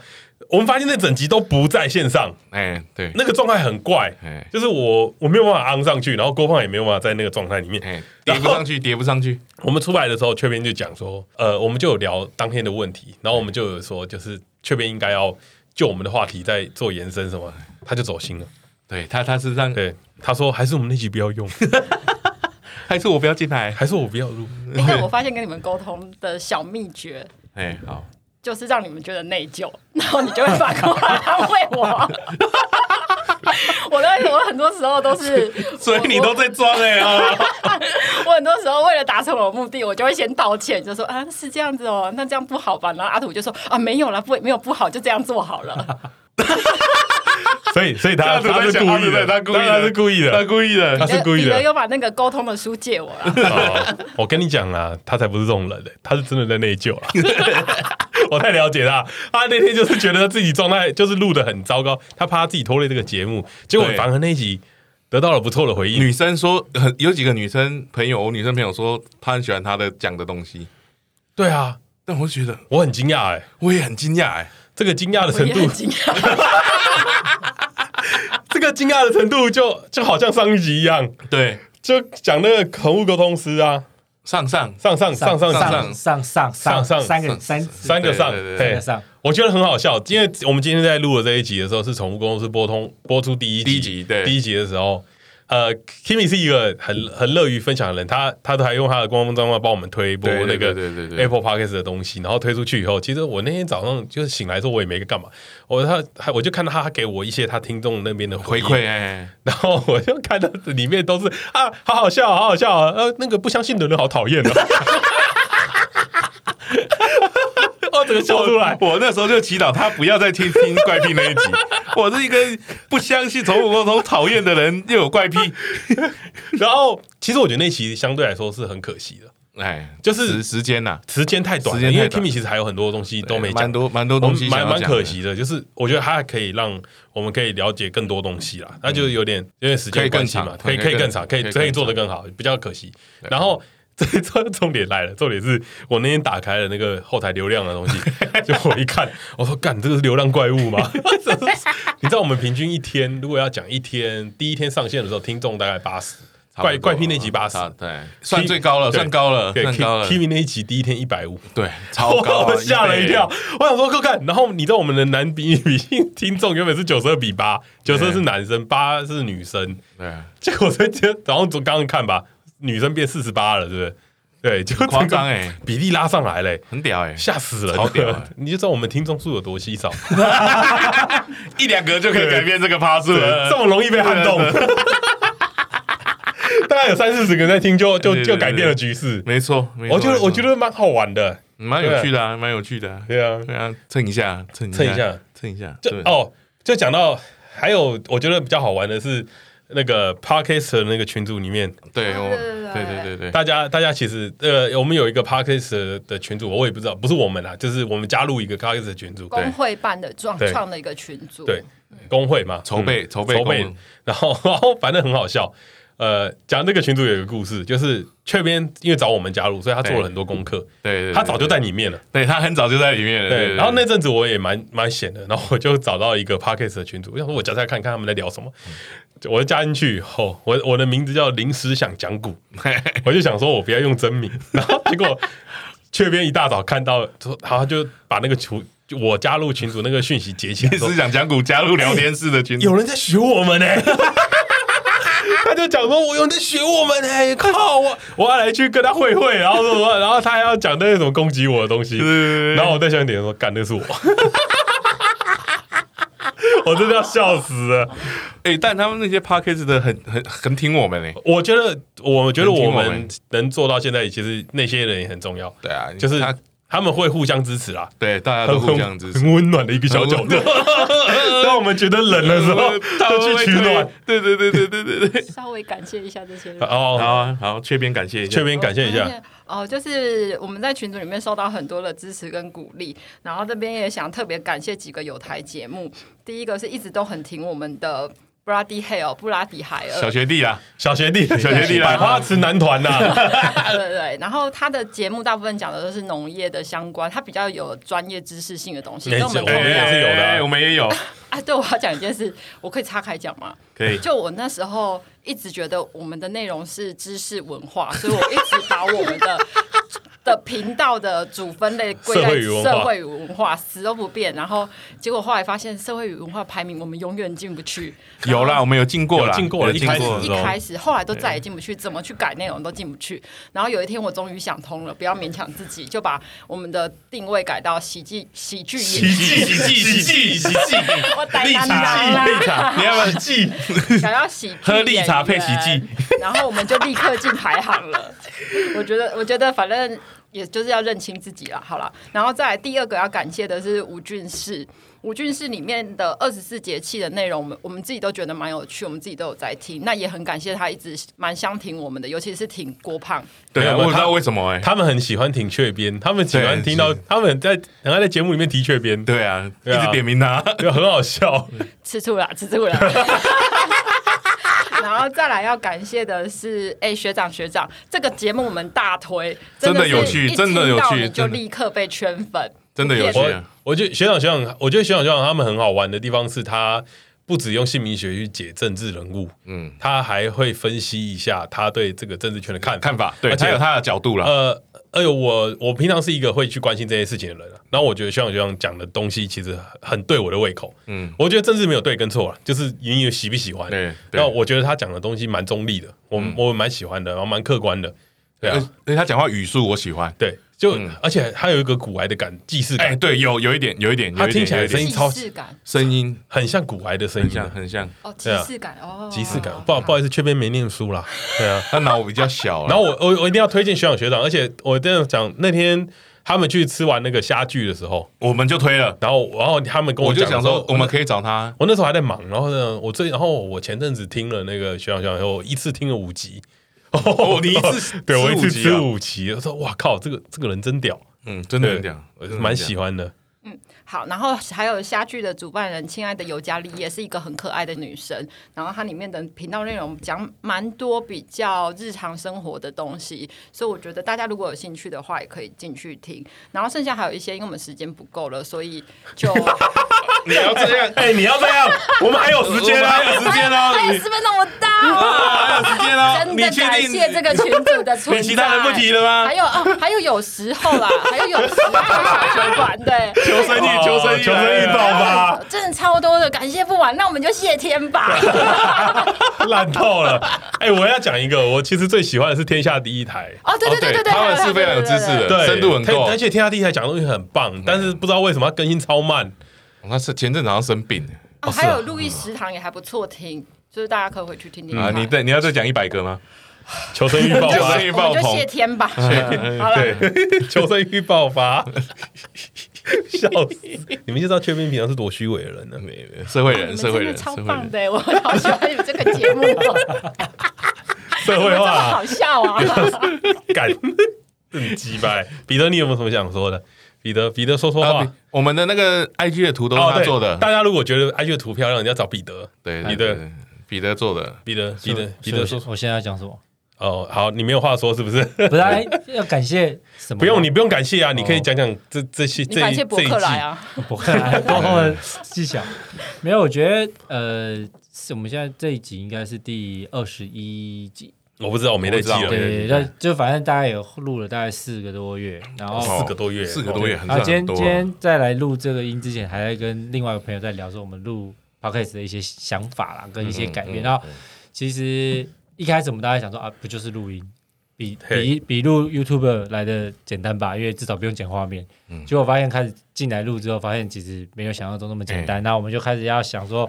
[SPEAKER 1] 我们发现那整集都不在线上，
[SPEAKER 2] 哎，对，
[SPEAKER 1] 那个状态很怪。
[SPEAKER 2] 哎
[SPEAKER 1] 就是我我没有办法昂上去，然后郭胖也没有办法在那个状态里面。
[SPEAKER 2] 哎，叠不上去，叠不上去，
[SPEAKER 1] 我们出来的时候，雀边就讲说，呃，我们就有聊当天的问题，然后我们就有说，就是雀边应该要就我们的话题再做延伸什么，他就走心了。
[SPEAKER 2] 对他他是让，
[SPEAKER 1] 对，他说还是我们那集不要用，
[SPEAKER 2] 还是我不要进来，
[SPEAKER 1] 还是我不要录。
[SPEAKER 3] 哎但我发现跟你们沟通的小秘诀
[SPEAKER 2] 哎，好，
[SPEAKER 3] 就是让你们觉得内疚， 然后你就会反过来安慰我。 我在我很多时候都 是，
[SPEAKER 2] 所以你都在装哎啊，
[SPEAKER 3] 我很多时候为了达成我的目的，我就会先道歉，就说啊是这样子哦，那这样不好吧？然后阿土就说啊没有啦，不没有不好，就这样做好 了。
[SPEAKER 1] 所以，所以他
[SPEAKER 2] 他
[SPEAKER 1] 他是
[SPEAKER 2] 是
[SPEAKER 1] 故
[SPEAKER 2] 故
[SPEAKER 1] 意的，
[SPEAKER 2] 意的，他故意
[SPEAKER 1] 当然
[SPEAKER 2] 的，
[SPEAKER 1] 是故意
[SPEAKER 2] 他
[SPEAKER 1] 的。
[SPEAKER 2] 故意的，
[SPEAKER 1] 他 是故意的
[SPEAKER 3] 彼得又把那个沟通的书借我 了。
[SPEAKER 1] 哦我跟你讲啦，他才不是这种人嘞，他是真的在内疚啦。 我太了解他，他那天就是觉得自己状态就是录的很糟糕，他怕他自己拖累这个节目，结果
[SPEAKER 2] 对
[SPEAKER 1] 反而那一集得到了不错的回应。
[SPEAKER 2] 女生说，很有几个女生朋友，我女生朋友说她很喜欢她的讲的东西，
[SPEAKER 1] 对啊，
[SPEAKER 2] 但我觉得
[SPEAKER 1] 我很惊讶哎，
[SPEAKER 2] 我也很惊讶哎，
[SPEAKER 1] 这个惊讶的
[SPEAKER 3] 我
[SPEAKER 1] 程
[SPEAKER 3] 也很
[SPEAKER 1] 度，
[SPEAKER 3] 惊讶，
[SPEAKER 1] 这个惊讶的程度就就好像上一集一样，
[SPEAKER 2] 对，
[SPEAKER 1] 就讲那个宠物沟通师啊，
[SPEAKER 2] 上上
[SPEAKER 1] 上上上上
[SPEAKER 2] 上
[SPEAKER 1] 上
[SPEAKER 4] 上上上
[SPEAKER 1] 上上
[SPEAKER 4] 三个
[SPEAKER 2] 上
[SPEAKER 4] 三
[SPEAKER 1] 三个上，
[SPEAKER 2] 对对对
[SPEAKER 4] 三
[SPEAKER 1] 对
[SPEAKER 4] 个，上，
[SPEAKER 1] 我觉得很好笑，因为我们今天在录的这一集的时候是宠物沟通师播通播出第一集
[SPEAKER 2] 第一集对
[SPEAKER 1] 第一集的时候。呃，Kimi 是一个很很乐于分享的人，他他都还用他的官方账号帮我们推播
[SPEAKER 2] 对对
[SPEAKER 1] 那个
[SPEAKER 2] 对对对对
[SPEAKER 1] Apple Podcast 的东西，然后推出去以后，其实我那天早上就是醒来之后，我也没干嘛，我他还我就看到他给我一些他听众那边的
[SPEAKER 2] 回
[SPEAKER 1] 应
[SPEAKER 2] 馈哎，
[SPEAKER 1] 然后我就看到里面都是啊，好好笑，好好笑啊！呃，那个不相信的人好讨 厌哦。我哦整个笑出来，
[SPEAKER 2] 我那时候就祈祷他不要再听听怪癖那 一集。我是一个不相信宠物沟通、讨厌的人，又有怪癖，
[SPEAKER 1] 然后其实我觉得那期相对来说是很可惜的，
[SPEAKER 2] 哎，
[SPEAKER 1] 就是
[SPEAKER 2] 时时间呐，
[SPEAKER 1] 时间太短
[SPEAKER 2] 时
[SPEAKER 1] 了，
[SPEAKER 2] 间
[SPEAKER 1] 因为
[SPEAKER 2] 太短
[SPEAKER 1] Kimi 其实还有很多东西都没
[SPEAKER 2] 蛮
[SPEAKER 1] 讲，
[SPEAKER 2] 多蛮多东西
[SPEAKER 1] 我
[SPEAKER 2] 想
[SPEAKER 1] 蛮
[SPEAKER 2] 要
[SPEAKER 1] 蛮
[SPEAKER 2] 讲的
[SPEAKER 1] 可，惜的。就是我觉得它可以让我们可以了解更多东西啦，那就有点有点时
[SPEAKER 2] 嗯可
[SPEAKER 1] 间
[SPEAKER 2] 以更
[SPEAKER 1] 关系嘛
[SPEAKER 2] 长，嗯
[SPEAKER 1] 可以
[SPEAKER 2] 可以
[SPEAKER 1] 可以更
[SPEAKER 2] 更
[SPEAKER 1] 长，可以
[SPEAKER 2] 可以
[SPEAKER 1] 可以
[SPEAKER 2] 更
[SPEAKER 1] 做得
[SPEAKER 2] 长
[SPEAKER 1] 更好，比较可惜。
[SPEAKER 2] 对
[SPEAKER 1] 然后。这重重点来了，重点是我那天打开了那个后台流量的东西，就我一看，我说干，这个是流浪怪物吗？ 你知道我们平均一天如果要讲一天，第一天上线的时候，听众大概八十，
[SPEAKER 2] 差不多啊
[SPEAKER 1] 怪怪癖那集80
[SPEAKER 2] 差对，算最高了，
[SPEAKER 1] 对
[SPEAKER 2] 算高了，
[SPEAKER 1] 对
[SPEAKER 2] 算高了，
[SPEAKER 1] ，Kimi 那一集第一天一百五，
[SPEAKER 2] 对，超 高
[SPEAKER 1] 我
[SPEAKER 2] 了，
[SPEAKER 1] 吓了一
[SPEAKER 2] 倍
[SPEAKER 1] 跳，，我想说看看，然后你知道我们的男比女性听众原本是九十二比八，九十二是男
[SPEAKER 2] 嗯
[SPEAKER 1] 生，八是女生，
[SPEAKER 2] 对，
[SPEAKER 1] 结果这天早上刚刚看吧，女生变四十八了，对不对？对，就
[SPEAKER 2] 夸张
[SPEAKER 1] 哎，
[SPEAKER 2] 哎，
[SPEAKER 1] 比例拉上来嘞、
[SPEAKER 2] 很屌哎，
[SPEAKER 1] 吓死人
[SPEAKER 2] 超屌欸
[SPEAKER 1] 了！ 你就知道我们听众数有多稀 少，
[SPEAKER 2] 一两个就可以改变这个趴数
[SPEAKER 1] 对
[SPEAKER 2] 了，
[SPEAKER 1] 这么容易被撼动。 大概有三四十个人在听，就就
[SPEAKER 2] 对对
[SPEAKER 1] 就
[SPEAKER 2] 对
[SPEAKER 1] 改变了局势。
[SPEAKER 2] 没错，没错
[SPEAKER 1] 我觉
[SPEAKER 2] 没
[SPEAKER 1] 得
[SPEAKER 2] 错
[SPEAKER 1] 我觉得蛮好玩的，
[SPEAKER 2] 蛮有趣的啊，蛮有趣的啊，
[SPEAKER 1] 对啊，
[SPEAKER 2] 对啊，蹭一下，蹭一
[SPEAKER 1] 蹭一下，
[SPEAKER 2] 蹭一下，
[SPEAKER 1] 就
[SPEAKER 2] 对，
[SPEAKER 1] 哦，就讲到还有，我觉得比较好玩的是那个 podcast 的那个群组里面，
[SPEAKER 2] 对，我，对对
[SPEAKER 3] 对对对
[SPEAKER 2] 对对，
[SPEAKER 1] 大家大家其实呃，我们有一个 podcast 的群组，我也不知道，不是我们啦，就是我们加入一个 podcast 的群组，
[SPEAKER 3] 工会办的创
[SPEAKER 1] 对
[SPEAKER 3] 创的一个群组，
[SPEAKER 1] 对，工会嘛，嗯
[SPEAKER 2] 筹备筹备
[SPEAKER 1] 筹备
[SPEAKER 2] 工人，
[SPEAKER 1] 然后 然后反正很好笑。呃，讲这个群组有一个故事，就是雀边因为找我们加入，所以他做了很多功课，
[SPEAKER 2] 对对，对
[SPEAKER 1] 他早就在，里面了。
[SPEAKER 2] 对对他很早就在里面了，对，
[SPEAKER 1] 对，
[SPEAKER 2] 对
[SPEAKER 1] 然后那阵子我也蛮蛮闲的，然后我就找到一个 podcast 的群组，我想说我加加看看他们在聊什么，
[SPEAKER 2] 嗯
[SPEAKER 1] 我就加进去后、我我的名字叫临时想讲股，我就想说我不要用真名，然后结果雀边一大早看到，说然后就把那个群就我加入群组那个讯息截起来
[SPEAKER 2] 对
[SPEAKER 1] 说
[SPEAKER 2] 思，想讲股加入聊天室的群组，
[SPEAKER 1] 有人在学我 们呢、他就讲说，我有人在学我们哎、靠我，我要来去跟他会会，然后什么，然后他还要讲那些什么攻击我的东西，
[SPEAKER 2] 对
[SPEAKER 1] 然后我在下面点说，干，那是我， 我真的要笑死了。
[SPEAKER 2] 哎，但他们那些 podcast 的很很很挺我们嘞，
[SPEAKER 1] 我觉得，我觉得我
[SPEAKER 2] 很听我
[SPEAKER 1] 们
[SPEAKER 2] 们
[SPEAKER 1] 能做到现在，其实那些人也很重要，
[SPEAKER 2] 对啊，
[SPEAKER 1] 就是
[SPEAKER 2] 他
[SPEAKER 1] 他们会互相支持啦，
[SPEAKER 2] 对大家
[SPEAKER 1] 很
[SPEAKER 2] 都互
[SPEAKER 1] 很
[SPEAKER 2] 相支持
[SPEAKER 1] 很。温暖的一个小角
[SPEAKER 2] 很
[SPEAKER 1] 落。当我们觉得冷的时 候，就去取暖。。
[SPEAKER 2] 对对对对对对对。
[SPEAKER 3] 稍微感谢一下这些人。
[SPEAKER 1] 哦，
[SPEAKER 2] 好啊，好，缺边感谢一下。
[SPEAKER 1] 这边感谢一下
[SPEAKER 3] 而。且哦，就是我们在群组里面受到很多的支持跟鼓励，然后这边也想特别感谢几个有台节目，第一个是一直都很挺我们的 Brady Hale 布拉迪海
[SPEAKER 2] 小
[SPEAKER 3] 尔，
[SPEAKER 2] 学弟啊，
[SPEAKER 1] 小学弟，小
[SPEAKER 2] 学弟啦
[SPEAKER 1] 百花池男团呐，
[SPEAKER 3] 啊对对对，然后他的节目大部分讲的都是农业的相关，他比较有专业知识性的东西，
[SPEAKER 1] 没
[SPEAKER 3] 跟我们
[SPEAKER 1] 错我们也是有的啊
[SPEAKER 2] 哎我们也有，
[SPEAKER 3] 啊，对，我要讲一件事，我可以岔开讲吗？
[SPEAKER 2] 可以。
[SPEAKER 3] 就我那时候一直觉得我们的内容是知识文化， 所以我一直把我们 的的频道的主分类归在
[SPEAKER 1] 社会与文化
[SPEAKER 3] 社会与文化，死都不变。然后结果后来发现社会与文化排名我们永远进不去，
[SPEAKER 2] 有啦，我们有进过
[SPEAKER 1] 有
[SPEAKER 2] 啦，
[SPEAKER 1] 进过了
[SPEAKER 2] 有进
[SPEAKER 1] 一开
[SPEAKER 2] 过
[SPEAKER 1] 始
[SPEAKER 3] 一
[SPEAKER 1] 哦
[SPEAKER 3] 开始后来都再也进不去，怎么去改内容都进不去。然后有一天我终于想通了，不要勉强自己，就把我们的定位改到喜剧喜剧演。
[SPEAKER 1] 喜剧喜剧喜剧，
[SPEAKER 3] 我呆
[SPEAKER 1] 立
[SPEAKER 3] 当当啦
[SPEAKER 1] 茶立茶，
[SPEAKER 2] 你要不要
[SPEAKER 1] 喜剧
[SPEAKER 3] 想要喜剧
[SPEAKER 2] 喝绿茶配喜
[SPEAKER 3] 演员， 然后我们就立刻进排行了。我觉得，我觉得反正也就是要认清自己了，好了。然后再来第二个要感谢的是吴俊士，吴俊士里面的二十四节气的内容，我们我们自己都觉得蛮有趣，我们自己都有在听。那也很感谢他一直蛮相挺我们的，尤其是挺郭胖。
[SPEAKER 2] 对啊，
[SPEAKER 1] 没
[SPEAKER 2] 我
[SPEAKER 1] 有
[SPEAKER 2] 不知
[SPEAKER 1] 他
[SPEAKER 2] 道为什么哎。
[SPEAKER 1] 他们很喜欢挺雀边，他们喜欢听到
[SPEAKER 2] 对
[SPEAKER 1] 他们在然后在节目里面提雀边，
[SPEAKER 2] 对啊，
[SPEAKER 1] 对啊
[SPEAKER 2] 一直点名他。
[SPEAKER 1] 就很好笑。
[SPEAKER 3] 吃醋啦，吃醋啦。 然后再来要感谢的是，哎、学长学长，这个节目我们大推，
[SPEAKER 2] 真的
[SPEAKER 3] 是
[SPEAKER 2] 有趣
[SPEAKER 3] 一听
[SPEAKER 2] 真的有
[SPEAKER 3] 到
[SPEAKER 2] 趣
[SPEAKER 3] 你就
[SPEAKER 2] 真的
[SPEAKER 3] 立刻被圈粉，
[SPEAKER 2] 真的有趣
[SPEAKER 3] 不骗
[SPEAKER 1] 我
[SPEAKER 2] 啊
[SPEAKER 1] 我觉得学长学长，我觉得学长学长他们很好玩的地方是他不只用姓名学去解政治人物，
[SPEAKER 2] 嗯，
[SPEAKER 1] 他还会分析一下他对这个政治圈的看法。
[SPEAKER 2] 看法，对
[SPEAKER 1] 而且
[SPEAKER 2] 他有他的角度啦。
[SPEAKER 1] 呃，哎呦，我我平常是一个会去关心这些事情的人、啊，然后我觉得像这样讲的东西，其实很对我的胃口。
[SPEAKER 2] 嗯，
[SPEAKER 1] 我觉得政治没有对跟错啊，就是你有喜不喜欢。
[SPEAKER 2] 对对嗯
[SPEAKER 1] 那我觉得他讲的东西蛮中立的，我、我蛮喜欢的，然后蛮客观的。对
[SPEAKER 2] 而
[SPEAKER 1] 啊，
[SPEAKER 2] 而呃且他讲话语速我喜欢。
[SPEAKER 1] 对，就、
[SPEAKER 2] 嗯
[SPEAKER 1] 而且他有一个古癌的感，既视感，
[SPEAKER 2] 哎，对，有有一点，有一点，
[SPEAKER 1] 他
[SPEAKER 2] 有一点
[SPEAKER 1] 听起来
[SPEAKER 2] 有一
[SPEAKER 1] 声
[SPEAKER 2] 点嗯
[SPEAKER 1] 音
[SPEAKER 3] 既
[SPEAKER 1] 超
[SPEAKER 3] 视感
[SPEAKER 2] 声音
[SPEAKER 1] 很像古癌的声
[SPEAKER 2] 很
[SPEAKER 1] 音
[SPEAKER 2] 像，
[SPEAKER 1] 的，
[SPEAKER 2] 很像。
[SPEAKER 3] 哦，既
[SPEAKER 1] 对啊
[SPEAKER 3] 视感哦，
[SPEAKER 1] 即视感。不好不好意思，缺边没念书啦。对啊。
[SPEAKER 2] 他 脑比较小啦，
[SPEAKER 1] 然后我我我一定要推荐学长学长，而且我这样讲，那天他们去吃完那个虾剧的时候，
[SPEAKER 2] 我们就推了。
[SPEAKER 1] 然后然后他们跟
[SPEAKER 2] 我
[SPEAKER 1] 讲
[SPEAKER 2] 就
[SPEAKER 1] 的时
[SPEAKER 2] 想
[SPEAKER 1] 候
[SPEAKER 2] 说，我们可以找他，
[SPEAKER 1] 我那时候还在忙，然后呢，我最然后我前阵子听了那个学长学长以后，我一次听了五集。 哦
[SPEAKER 2] 你一次
[SPEAKER 1] 对
[SPEAKER 2] 吃
[SPEAKER 1] 我一次
[SPEAKER 2] 五集啊
[SPEAKER 1] 吃五集，我说哇靠，这个这个人真屌，
[SPEAKER 2] 嗯，真的
[SPEAKER 1] 对
[SPEAKER 2] 很屌，
[SPEAKER 1] 我蛮喜
[SPEAKER 2] 欢。
[SPEAKER 1] 欢的。
[SPEAKER 3] 嗯，好，然后还有虾剧的主办人，亲爱的尤加利也是一个很可爱的女生。然后它里面的频道内容讲蛮多比较日常生活的东西，所以我觉得大家如果有兴趣的话，也可以进去听。然后剩下还有一些，因为我们时间不够了，所以 就
[SPEAKER 2] 你要这样，
[SPEAKER 1] 哎，你要这样，我们还有时间啊
[SPEAKER 2] 我们，还有时间哦，
[SPEAKER 3] 哎
[SPEAKER 5] 还有
[SPEAKER 2] 你
[SPEAKER 5] 十分钟我到，
[SPEAKER 2] 还有时间哦，
[SPEAKER 5] 真
[SPEAKER 2] 你
[SPEAKER 5] 的
[SPEAKER 2] 确
[SPEAKER 5] 感谢
[SPEAKER 2] 定
[SPEAKER 5] 这个群主的存在。
[SPEAKER 1] 你其他人不提了吗
[SPEAKER 3] 还？有哦，还有有时候啦，还有有时候小酒馆 对。
[SPEAKER 2] 求生意，哦求生意，
[SPEAKER 1] 求生欲爆发，
[SPEAKER 5] 真的超多的，感谢不完，那我们就谢天吧。
[SPEAKER 1] 烂透了。哎，我要讲一个，我其实最喜欢的是天下第一台。
[SPEAKER 3] 哦，对
[SPEAKER 2] 哦
[SPEAKER 3] 对对对对，
[SPEAKER 2] 他们
[SPEAKER 3] 还有
[SPEAKER 2] 是非常有知识的哦
[SPEAKER 3] 对对对
[SPEAKER 1] 对，
[SPEAKER 3] 对
[SPEAKER 2] 深度很够啊嗯
[SPEAKER 1] 而且天下第一台讲的东西很棒，但是不知道为什么它更新超慢。
[SPEAKER 2] 哦那是前阵子好像生病
[SPEAKER 3] 哦还有路易食堂也还不错听，就是大家可以回去听
[SPEAKER 5] 嗯
[SPEAKER 3] 听
[SPEAKER 2] 啊，
[SPEAKER 3] 看。
[SPEAKER 2] 你再你要再讲一百个吗？
[SPEAKER 1] 求生欲爆
[SPEAKER 2] 求
[SPEAKER 1] 发
[SPEAKER 2] 生，欲
[SPEAKER 3] 我们
[SPEAKER 2] 爆
[SPEAKER 3] 就
[SPEAKER 2] 棚
[SPEAKER 3] 谢，天吧。
[SPEAKER 2] 哎
[SPEAKER 3] 好了，
[SPEAKER 1] 对， 求生欲爆发，笑死！你们就知道缺冰平常是多虚伪的人呢。
[SPEAKER 2] 社会
[SPEAKER 3] 你们
[SPEAKER 2] 人，社
[SPEAKER 3] 真
[SPEAKER 2] 会
[SPEAKER 3] 的
[SPEAKER 2] 人，
[SPEAKER 3] 超
[SPEAKER 2] 社会
[SPEAKER 3] 棒
[SPEAKER 2] 人，
[SPEAKER 3] 的，我好喜欢你们这个节目，哦
[SPEAKER 1] 社
[SPEAKER 3] 怎么
[SPEAKER 1] 会
[SPEAKER 3] 这么
[SPEAKER 1] 化
[SPEAKER 3] 好笑啊！
[SPEAKER 1] 感很鸡掰。彼得，你有没有什么想说的？彼得，彼得说说话
[SPEAKER 2] 啊。我们的那个 IG 的图都是
[SPEAKER 1] 哦，
[SPEAKER 2] 他
[SPEAKER 1] 对，
[SPEAKER 2] 做的，
[SPEAKER 1] 大家如果觉得 IG 的图漂亮，你要找彼得。
[SPEAKER 2] 对，
[SPEAKER 1] 彼
[SPEAKER 2] 彼
[SPEAKER 1] 得
[SPEAKER 2] 得，彼得做的，
[SPEAKER 1] 彼得，彼得，彼
[SPEAKER 4] 所以我
[SPEAKER 1] 得说
[SPEAKER 4] 我现在要讲什么？
[SPEAKER 1] 哦，好，你没有话说是不 是？
[SPEAKER 4] 不是哎要感谢什么吗？
[SPEAKER 1] 不用，你不用感谢啊，你可以
[SPEAKER 2] 哦
[SPEAKER 1] 讲讲这这些
[SPEAKER 3] 你
[SPEAKER 1] 这
[SPEAKER 3] 感
[SPEAKER 1] 一
[SPEAKER 3] 谢博
[SPEAKER 1] 这一
[SPEAKER 3] 客
[SPEAKER 1] 季
[SPEAKER 3] 来啊，
[SPEAKER 4] 不 会啊，多么的技巧。没有，我觉得呃，是我们现在这一集应该是第二十一集，
[SPEAKER 1] 我不知道，我没在记
[SPEAKER 2] 我
[SPEAKER 1] 了，
[SPEAKER 2] 不知
[SPEAKER 1] 没在
[SPEAKER 2] 道
[SPEAKER 4] 对，
[SPEAKER 1] 记
[SPEAKER 4] 那就反正大概也录了大概四个多月，然后
[SPEAKER 1] 哦四个多月，
[SPEAKER 2] 四个多月，很
[SPEAKER 3] 啊
[SPEAKER 4] 然后今
[SPEAKER 2] 很
[SPEAKER 4] 天
[SPEAKER 2] 多
[SPEAKER 4] 今。天在来录这个音之前，还在跟另外一个朋友在聊说我们
[SPEAKER 2] 嗯
[SPEAKER 4] 录 podcast 的一些想法啦，跟一些改变。然后其实一开始我们大家想说啊，不就是录音，比比比录 YouTube 来的简单吧，因为至少不用剪画面。
[SPEAKER 2] 嗯
[SPEAKER 4] 结果发现开始进来录之后，发现其实没有想象中那么简单。那我们就开始要想说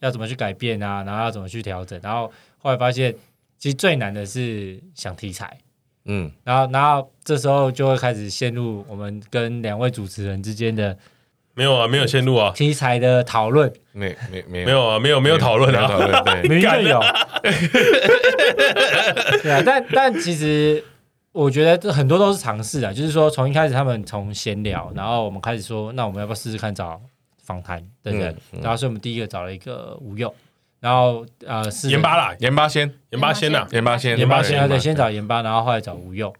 [SPEAKER 4] 要怎么去改变啊，然后要怎么去调整。然后后来发现，其实最难的是想题材。
[SPEAKER 2] 嗯，
[SPEAKER 4] 然后，然后这时候就会开始陷入我们跟两位主持人之间的
[SPEAKER 1] 没有啊，没有线路啊，
[SPEAKER 4] 题材的讨论，
[SPEAKER 2] 没没没
[SPEAKER 1] 没有啊，没有没有讨论
[SPEAKER 2] 没有讨
[SPEAKER 1] 啊，
[SPEAKER 2] 论， 对
[SPEAKER 4] 明明就有。对啊，但但其实我觉得这很多都是尝试啊，就是说从一开始他们从闲聊，然后我们开始说，那我们要不要试试看找访谈的
[SPEAKER 1] 嗯
[SPEAKER 4] 人？然后所以我们第一个找了一个吴佑，然后呃是
[SPEAKER 1] 盐巴啦，
[SPEAKER 2] 盐巴先，
[SPEAKER 1] 盐巴先呐，
[SPEAKER 2] 盐巴先，
[SPEAKER 4] 研
[SPEAKER 1] 巴
[SPEAKER 4] 巴
[SPEAKER 1] 先
[SPEAKER 4] 先
[SPEAKER 1] 啊
[SPEAKER 4] 要
[SPEAKER 2] 对
[SPEAKER 4] 对，先找研巴，然后后来找吴用，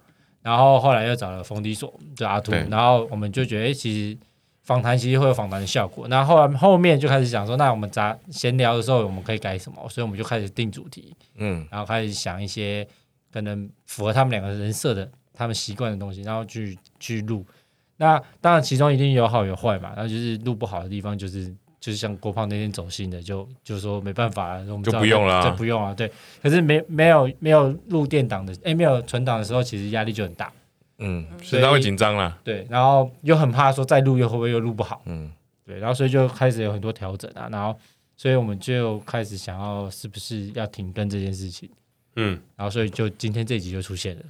[SPEAKER 4] 然后后来又找了冯迪所，就阿兔
[SPEAKER 2] 对，
[SPEAKER 4] 然后我们就觉得，诶其实访谈其实会有访谈的效果。那后来后面就开始想说，那我们杂闲聊的时候，我们可以改什么？所以我们就开始定主题，
[SPEAKER 2] 嗯，
[SPEAKER 4] 然后开始想一些可能符合他们两个人设的、他们习惯的东西，然后去去录。那当然，其中一定有好有坏嘛。然后就是录不好的地方，就是就是像郭胖那天走心的，就就说没办法，我们
[SPEAKER 2] 就
[SPEAKER 4] 知道
[SPEAKER 2] 不用了啊
[SPEAKER 4] 就不用啊。对，可是没没有没有录电档的，哎，没有存档的时候，其实压力就很大。
[SPEAKER 2] 嗯，所
[SPEAKER 4] 所
[SPEAKER 2] 以
[SPEAKER 4] 以
[SPEAKER 2] 他会紧张啦，
[SPEAKER 4] 对，然后又很怕说再录又会不会又录不好，
[SPEAKER 2] 嗯，
[SPEAKER 4] 对，然后所以就开始有很多调整啊，然后所以我们就开始想要是不是要停更这件事情，
[SPEAKER 1] 嗯，
[SPEAKER 4] 然后所以就今天这集就出现了。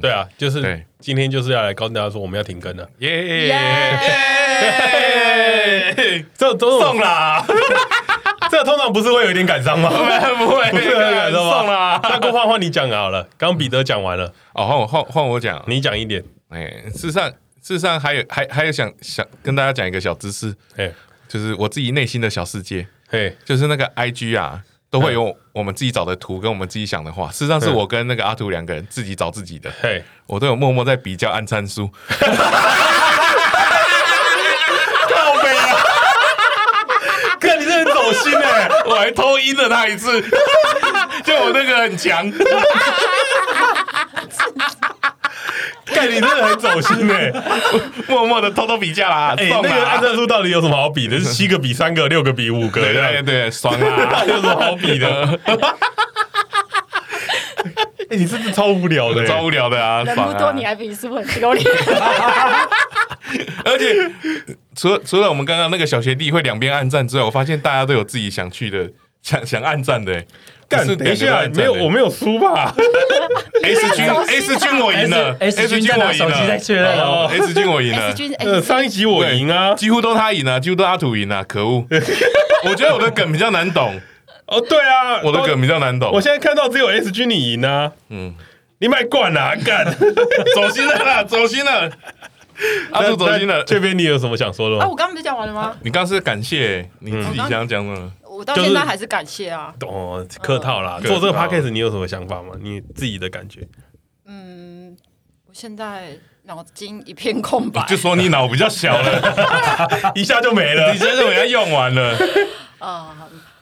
[SPEAKER 1] 对啊，就是
[SPEAKER 2] 对
[SPEAKER 1] 今天就是要来告诉大家说我们要停更 了，
[SPEAKER 2] 耶
[SPEAKER 1] 耶哎
[SPEAKER 2] 耶，
[SPEAKER 1] 这都
[SPEAKER 2] 送啦，
[SPEAKER 1] 这通常不是会有一点感伤吗？
[SPEAKER 2] 不会
[SPEAKER 1] 不是很感动吗
[SPEAKER 2] 送啦。
[SPEAKER 1] 那郭胖换你讲啊好了，刚刚彼得讲完了，
[SPEAKER 2] 哦，换我换换我讲，
[SPEAKER 1] 你讲一点，
[SPEAKER 2] 哎，事实上事实上还有还还有想想跟大家讲一个小知识，
[SPEAKER 1] 嘿，
[SPEAKER 2] 就是我自己内心的小世界，
[SPEAKER 1] 嘿，
[SPEAKER 2] 就是那个 IG 啊，都会
[SPEAKER 1] 嗯
[SPEAKER 2] 有我们自己找的图跟我们自己想的话。事实上是我跟那个阿图两个人自己找自己的，
[SPEAKER 1] 嘿，
[SPEAKER 2] 我都有默默在比较按参数。
[SPEAKER 1] 靠北啊！看你这人走心哎、
[SPEAKER 2] 我还偷阴了他一次，就我那个很强，
[SPEAKER 1] 看你真的很走心 哎、
[SPEAKER 2] 默默的偷偷比价啦，
[SPEAKER 1] 哎、
[SPEAKER 2] 送
[SPEAKER 1] 那个按
[SPEAKER 2] 啦，
[SPEAKER 1] 战术到底有什么好 比的？是七个比三个，六个比五个
[SPEAKER 2] 对
[SPEAKER 1] 这
[SPEAKER 2] 对
[SPEAKER 1] 样，
[SPEAKER 2] 对，爽 啦，
[SPEAKER 1] 有什么好比的？ 哎、你真的超无聊的、欸
[SPEAKER 2] 超无聊的啊，
[SPEAKER 3] 人
[SPEAKER 2] 爽
[SPEAKER 3] 不多
[SPEAKER 2] 啊
[SPEAKER 3] 你！还比输很丢 脸，
[SPEAKER 2] 而且除了除了我们刚刚那个小学弟会两边按赞之外，我发现大家都有自己想去的。想想按赞的、欸，
[SPEAKER 1] 干，
[SPEAKER 2] 不是
[SPEAKER 1] 等一
[SPEAKER 2] 两个都
[SPEAKER 1] 下，
[SPEAKER 2] 按
[SPEAKER 1] 没
[SPEAKER 2] 赞
[SPEAKER 1] 有，
[SPEAKER 2] 的欸
[SPEAKER 1] 我没有输吧？
[SPEAKER 2] S 君
[SPEAKER 4] 哎
[SPEAKER 2] S 君我赢了
[SPEAKER 4] S 君在拿手机在确
[SPEAKER 1] 啊
[SPEAKER 4] 认
[SPEAKER 2] 哦
[SPEAKER 4] 哦
[SPEAKER 2] ，S 君我赢了
[SPEAKER 3] S，君
[SPEAKER 1] 呃，
[SPEAKER 3] 哎，
[SPEAKER 1] 上一集我赢啊！
[SPEAKER 2] 几乎都他赢了，几乎都阿土赢了，可 恶！我觉得我的梗比较难懂，
[SPEAKER 1] 哦，对啊，
[SPEAKER 2] 我的梗比较难懂
[SPEAKER 1] 我，现在看到只有 S 君 你赢啊，嗯，你卖惯了、啊，干，
[SPEAKER 2] 走心了啦，走心了。阿柱走心了。
[SPEAKER 1] 这边你有什么想说的
[SPEAKER 3] 啊，
[SPEAKER 1] 吗？
[SPEAKER 3] 我刚刚不是讲完了吗？
[SPEAKER 2] 你刚刚是感谢你
[SPEAKER 1] 嗯
[SPEAKER 2] 自己想讲的，
[SPEAKER 3] 我到
[SPEAKER 1] 就是
[SPEAKER 3] 现在还是感谢啊。
[SPEAKER 1] 哦，客套啦。
[SPEAKER 2] 嗯
[SPEAKER 1] 做这
[SPEAKER 2] 客
[SPEAKER 1] 个
[SPEAKER 2] 套
[SPEAKER 1] podcast 你有什么想法吗？你自己的感觉？
[SPEAKER 3] 嗯，我现在脑筋一片空白。
[SPEAKER 2] 就说你脑比较小 了，
[SPEAKER 1] 啊一下就没了
[SPEAKER 2] 你。真的给它用完了。
[SPEAKER 3] 啊、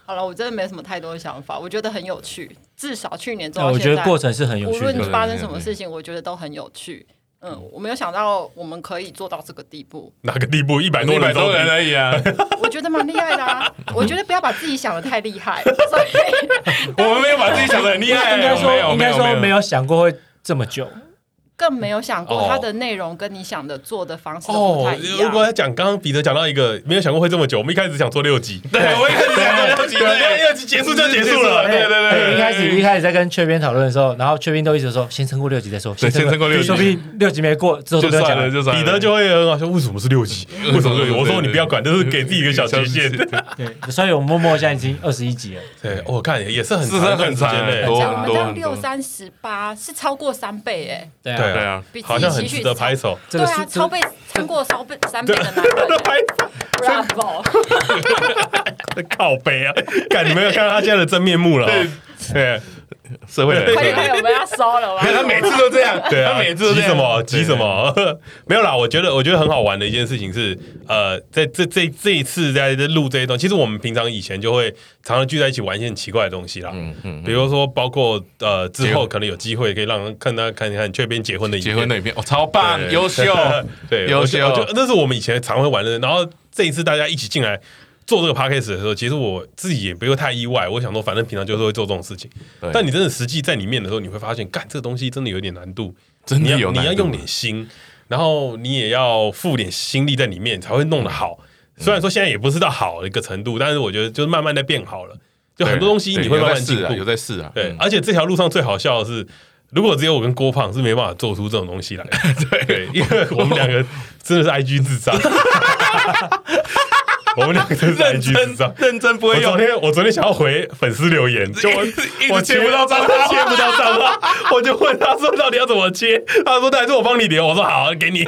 [SPEAKER 3] 好了，我真的没什么太多的想法，我觉得很有趣，至少去年做
[SPEAKER 4] 那
[SPEAKER 3] 到
[SPEAKER 4] 哎我
[SPEAKER 3] 现在，
[SPEAKER 4] 觉得过程是很有
[SPEAKER 3] 无
[SPEAKER 4] 趣的。
[SPEAKER 3] 论发生什么事情，我觉得都很有趣。嗯，我没有想到我们可以做到这个地步，
[SPEAKER 1] 哪个地步？一百多
[SPEAKER 2] 一
[SPEAKER 1] 人
[SPEAKER 2] 百多人
[SPEAKER 1] 收
[SPEAKER 2] 而已啊，
[SPEAKER 3] 我觉得蛮厉害的啊！我觉得不要把自己想的太厉害，所以
[SPEAKER 2] 我们没有把自己想的很厉害，
[SPEAKER 4] 应该
[SPEAKER 2] 没
[SPEAKER 4] 说，
[SPEAKER 2] 有，
[SPEAKER 4] 应
[SPEAKER 2] 没
[SPEAKER 4] 该
[SPEAKER 2] 有，
[SPEAKER 4] 说没
[SPEAKER 2] 有。
[SPEAKER 4] 有想过会这么久。
[SPEAKER 3] 更没有想
[SPEAKER 1] 哦
[SPEAKER 3] 过它的内容跟你想的做的方式都不
[SPEAKER 1] 哦
[SPEAKER 3] 太，一
[SPEAKER 1] 如
[SPEAKER 3] 样。
[SPEAKER 1] 果要讲，刚刚彼得讲到一个没有想过会这么久，我们一开始想做六集，
[SPEAKER 2] 对，我一开始想到
[SPEAKER 1] 对，六集结束就结束了，
[SPEAKER 2] 对对对对
[SPEAKER 4] 哎一开始一开始在跟雀边讨论的时候，然后雀边都一直说先撑过六级再说，
[SPEAKER 2] 对
[SPEAKER 4] 撑
[SPEAKER 2] 先撑过六
[SPEAKER 4] 说不
[SPEAKER 2] 集
[SPEAKER 4] 定六级没过之后
[SPEAKER 2] 就
[SPEAKER 4] 不要
[SPEAKER 2] 算
[SPEAKER 4] 讲
[SPEAKER 2] 了，
[SPEAKER 4] 了。
[SPEAKER 2] 就算了。
[SPEAKER 1] 彼得就会很好笑，为什么是六集？为什么是六集？我说你不要管，这是给自己一个小极限。
[SPEAKER 2] 啊
[SPEAKER 4] 对，所以我默默现在已经二十一级了。
[SPEAKER 1] 对，我看也是很
[SPEAKER 2] 是真的
[SPEAKER 1] 长
[SPEAKER 2] 很长
[SPEAKER 1] 时间
[SPEAKER 2] 很
[SPEAKER 1] 嘞
[SPEAKER 2] 多
[SPEAKER 3] 讲我
[SPEAKER 2] 很
[SPEAKER 3] 们
[SPEAKER 2] 多
[SPEAKER 3] 这样
[SPEAKER 2] 很
[SPEAKER 3] 六
[SPEAKER 2] 多。
[SPEAKER 3] 三十八是超过三倍哎、
[SPEAKER 4] 对
[SPEAKER 1] 对
[SPEAKER 2] 对啊，
[SPEAKER 3] 比自己
[SPEAKER 1] 好像很
[SPEAKER 3] 期许
[SPEAKER 1] 值得
[SPEAKER 3] 超
[SPEAKER 1] 拍手。
[SPEAKER 4] 这
[SPEAKER 3] 对
[SPEAKER 4] 个是
[SPEAKER 3] 啊，超倍超过超倍三倍的男人、
[SPEAKER 1] 拍
[SPEAKER 3] 欸、，Bravo！
[SPEAKER 1] 靠背啊！感你没有看到他现在的真面目了哦、对
[SPEAKER 2] 社会人
[SPEAKER 3] 快点，快点，我们要收了，我们
[SPEAKER 2] 他
[SPEAKER 3] 要
[SPEAKER 2] 每次都这样，
[SPEAKER 1] 对啊，
[SPEAKER 2] 他每次都
[SPEAKER 1] 急
[SPEAKER 2] 这样
[SPEAKER 1] 什么急什？么？没有啦，我觉得我觉得很好玩的一件事情是，呃，在这这这一次在这录这一段，其实我们平常以前就会常常聚在一起玩一些很奇怪的东西啦，
[SPEAKER 2] 嗯嗯，
[SPEAKER 1] 比如说包括呃之
[SPEAKER 2] 结
[SPEAKER 1] 后
[SPEAKER 2] 婚
[SPEAKER 1] 可能有机会可以让看他看一看这边结婚的影
[SPEAKER 2] 结
[SPEAKER 1] 片
[SPEAKER 2] 婚那一片，哦，超棒，
[SPEAKER 1] 对
[SPEAKER 2] 优秀，
[SPEAKER 1] 对，
[SPEAKER 2] 优
[SPEAKER 1] 我觉得
[SPEAKER 2] 秀
[SPEAKER 1] 我觉得那是我们以前常会玩的。然后这一次大家一起进来做这个 podcast 的时候，其实我自己也不用太意外。我想说，反正平常就是会做这种事情
[SPEAKER 2] 对。
[SPEAKER 1] 但你真的实际在里面的时候，你会发现，干这个东西真的有点难度，
[SPEAKER 2] 真 的
[SPEAKER 1] 你要
[SPEAKER 2] 有难
[SPEAKER 1] 你要
[SPEAKER 2] 度
[SPEAKER 1] 用点心，然后你也要付点心力在里面，才会弄得好。虽然说现在也不是到好的一个程度，但是我觉得就是慢慢在变好了。就很多东西
[SPEAKER 2] 对
[SPEAKER 1] 你会慢慢
[SPEAKER 2] 有在
[SPEAKER 1] 进
[SPEAKER 2] 试啊，
[SPEAKER 1] 步
[SPEAKER 2] 有，在试啊，
[SPEAKER 1] 对
[SPEAKER 2] 嗯，
[SPEAKER 1] 而且这条路上最好笑的是，如果只有我跟郭胖是没办法做出这种东 西来的，对，因为我们两个真的是 IG 智 障，我们两个真的是
[SPEAKER 2] 认
[SPEAKER 1] IG 智障
[SPEAKER 2] 真。认真不
[SPEAKER 1] 我
[SPEAKER 2] 会
[SPEAKER 1] 昨
[SPEAKER 2] 用，
[SPEAKER 1] 天我昨天想要回粉丝留言，就 我
[SPEAKER 2] 一直一直
[SPEAKER 1] 我
[SPEAKER 2] 接
[SPEAKER 1] 接不到账号，接不到账 号，我就问他说到底要怎么接，他说那还是我帮你留，我说好，给 你。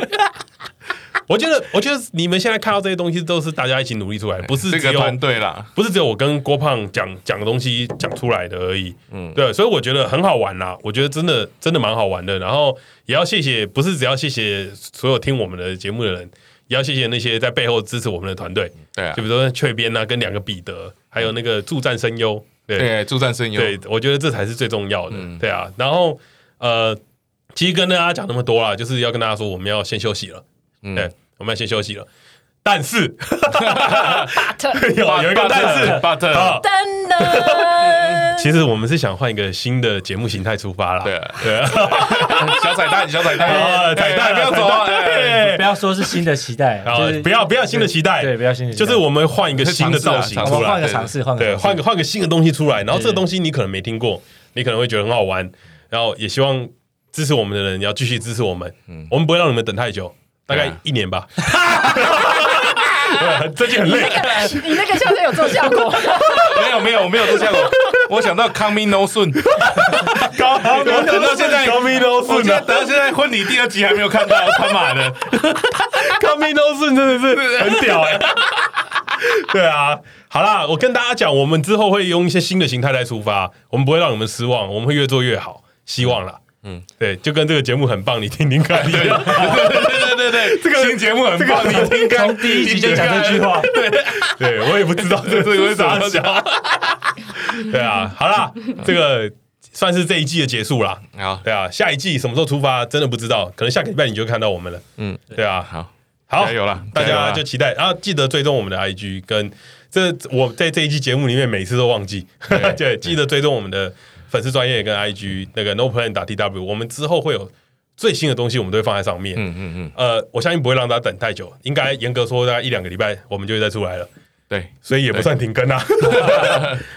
[SPEAKER 1] 我觉得，我觉得你们现在看到这些东西都是大家一起努力出来，不是
[SPEAKER 2] 这
[SPEAKER 1] 只
[SPEAKER 2] 个
[SPEAKER 1] 有
[SPEAKER 2] 团队啦，
[SPEAKER 1] 不是只有我跟郭胖讲讲的东西讲出来的而已，
[SPEAKER 2] 嗯
[SPEAKER 1] 嗯，对，所以我觉得很好玩啦，我觉得真的真的蛮好玩的。然后也要谢谢，不是只要谢谢所有听我们的节目的人，也要谢谢那些在背后支持我们的团队，
[SPEAKER 2] 对啊
[SPEAKER 1] 就，比如说雀边啊，跟两个彼得，还有那个助战声优，对
[SPEAKER 2] 对，助战声优，
[SPEAKER 1] 对，我觉得这才是最重要的，
[SPEAKER 2] 嗯
[SPEAKER 1] 对啊。然后呃，其实跟大家讲那么多啦，就是要跟大家说我们要先休息了，
[SPEAKER 2] 嗯
[SPEAKER 1] 对，我们要先休息了，但是
[SPEAKER 3] 把特
[SPEAKER 1] 有有一个但 是。
[SPEAKER 2] ，but
[SPEAKER 1] 啊
[SPEAKER 5] 噔噔，
[SPEAKER 1] 其实我们是想换一个新的节目形态出发啦。
[SPEAKER 2] 对
[SPEAKER 1] 对啊，
[SPEAKER 2] 小彩蛋，小彩
[SPEAKER 1] 啊
[SPEAKER 2] 蛋，
[SPEAKER 1] 彩蛋
[SPEAKER 2] 哎不要走啊，哎
[SPEAKER 1] 对
[SPEAKER 4] 不要说是新的期待，
[SPEAKER 1] 啊
[SPEAKER 4] 就是，
[SPEAKER 1] 不要不要新的期待，
[SPEAKER 4] 对，不要新的期
[SPEAKER 1] 就
[SPEAKER 4] 待，
[SPEAKER 1] 是我们换一个新的造型
[SPEAKER 2] 我
[SPEAKER 4] 我
[SPEAKER 1] 出
[SPEAKER 4] 们换
[SPEAKER 1] 来，
[SPEAKER 4] 个嗯尝试，换个
[SPEAKER 1] 对，
[SPEAKER 4] 尝试
[SPEAKER 1] 换个换个新的东西出来，然后
[SPEAKER 4] 对
[SPEAKER 1] 这个东西你可能没听过，你可能会觉得很好玩，然后也希望支持我们的人要继续支持我们，我们不会让你们等太久，大
[SPEAKER 2] 嗯对
[SPEAKER 1] 概
[SPEAKER 2] 啊
[SPEAKER 1] 一年 吧。对最近很累，
[SPEAKER 3] 你那个像是有做效果，
[SPEAKER 2] 没有没有，我没有做效果，哦我想到 coming no soon，
[SPEAKER 1] 高高
[SPEAKER 2] 我等到现在
[SPEAKER 1] 高米都
[SPEAKER 2] 我
[SPEAKER 1] 顺
[SPEAKER 2] 现在
[SPEAKER 1] 了，
[SPEAKER 2] 等到现在婚礼第二集还没有看到，他妈的，
[SPEAKER 1] 高米都顺真的是很屌哎、 对啊，好啦，我跟大家讲，我们之后会用一些新的形态来出发，我们不会让你们失望，我们会越做越好，希望啦。嗯，对，就跟这个节目很棒，你听听看一样。
[SPEAKER 2] 对对对，这个新节目很
[SPEAKER 1] 这
[SPEAKER 2] 棒，
[SPEAKER 1] 个
[SPEAKER 2] 你听看，
[SPEAKER 4] 从第一集就讲这句话，
[SPEAKER 1] 对我也不知道这
[SPEAKER 2] 这
[SPEAKER 1] 是
[SPEAKER 2] 个
[SPEAKER 1] 啥
[SPEAKER 2] 是什
[SPEAKER 1] 小。对啊，好啦，这个算是这一季的结束啦。
[SPEAKER 2] 好，
[SPEAKER 1] 对啊，下一季什么时候出发真的不知道，可能下个礼拜你就看到我们了。
[SPEAKER 2] 嗯，
[SPEAKER 1] 对啊，
[SPEAKER 2] 好，
[SPEAKER 1] 好，
[SPEAKER 2] 加油啦
[SPEAKER 1] 大
[SPEAKER 2] 加油
[SPEAKER 1] 家
[SPEAKER 2] 啦
[SPEAKER 1] 就期待，然后记得追踪我们的 IG，跟这我在这一季节目里面每次都忘记，
[SPEAKER 2] 对
[SPEAKER 1] 对，记得追踪我们的粉丝专业跟 IG 那个 No Plan 打 TW，我们之后会有最新的东西，我们都会放在上面。
[SPEAKER 2] 嗯嗯嗯，
[SPEAKER 1] 呃，我相信不会让大家等太久，应该严格说大概一两个礼拜我们就会再出来了，
[SPEAKER 2] 对，
[SPEAKER 1] 所以也不算停更 啊。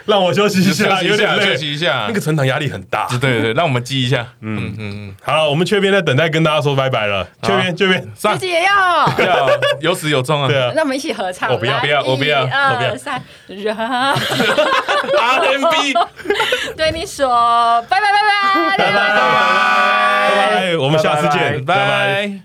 [SPEAKER 1] 让我休息一
[SPEAKER 2] 休息
[SPEAKER 1] 下，有
[SPEAKER 2] 一
[SPEAKER 1] 点
[SPEAKER 2] 下，休
[SPEAKER 1] 累，
[SPEAKER 2] 息一下，
[SPEAKER 1] 那个成长压力很大。
[SPEAKER 2] 对对对，让我们记一下，嗯嗯嗯，
[SPEAKER 1] 好了，我们缺边在等待跟大家说拜拜了，缺边缺边，
[SPEAKER 2] 上
[SPEAKER 3] 自己也要。
[SPEAKER 2] 要有始有终啊，
[SPEAKER 1] 对啊
[SPEAKER 3] 那我们一起合唱，
[SPEAKER 1] 我不要
[SPEAKER 3] 来
[SPEAKER 1] 不要我不要
[SPEAKER 3] 一
[SPEAKER 1] 我不要
[SPEAKER 3] 二三，人，
[SPEAKER 1] ，RMB，
[SPEAKER 3] 对你说，拜拜拜拜拜拜。
[SPEAKER 1] 拜拜，我们下次见，
[SPEAKER 2] 拜拜。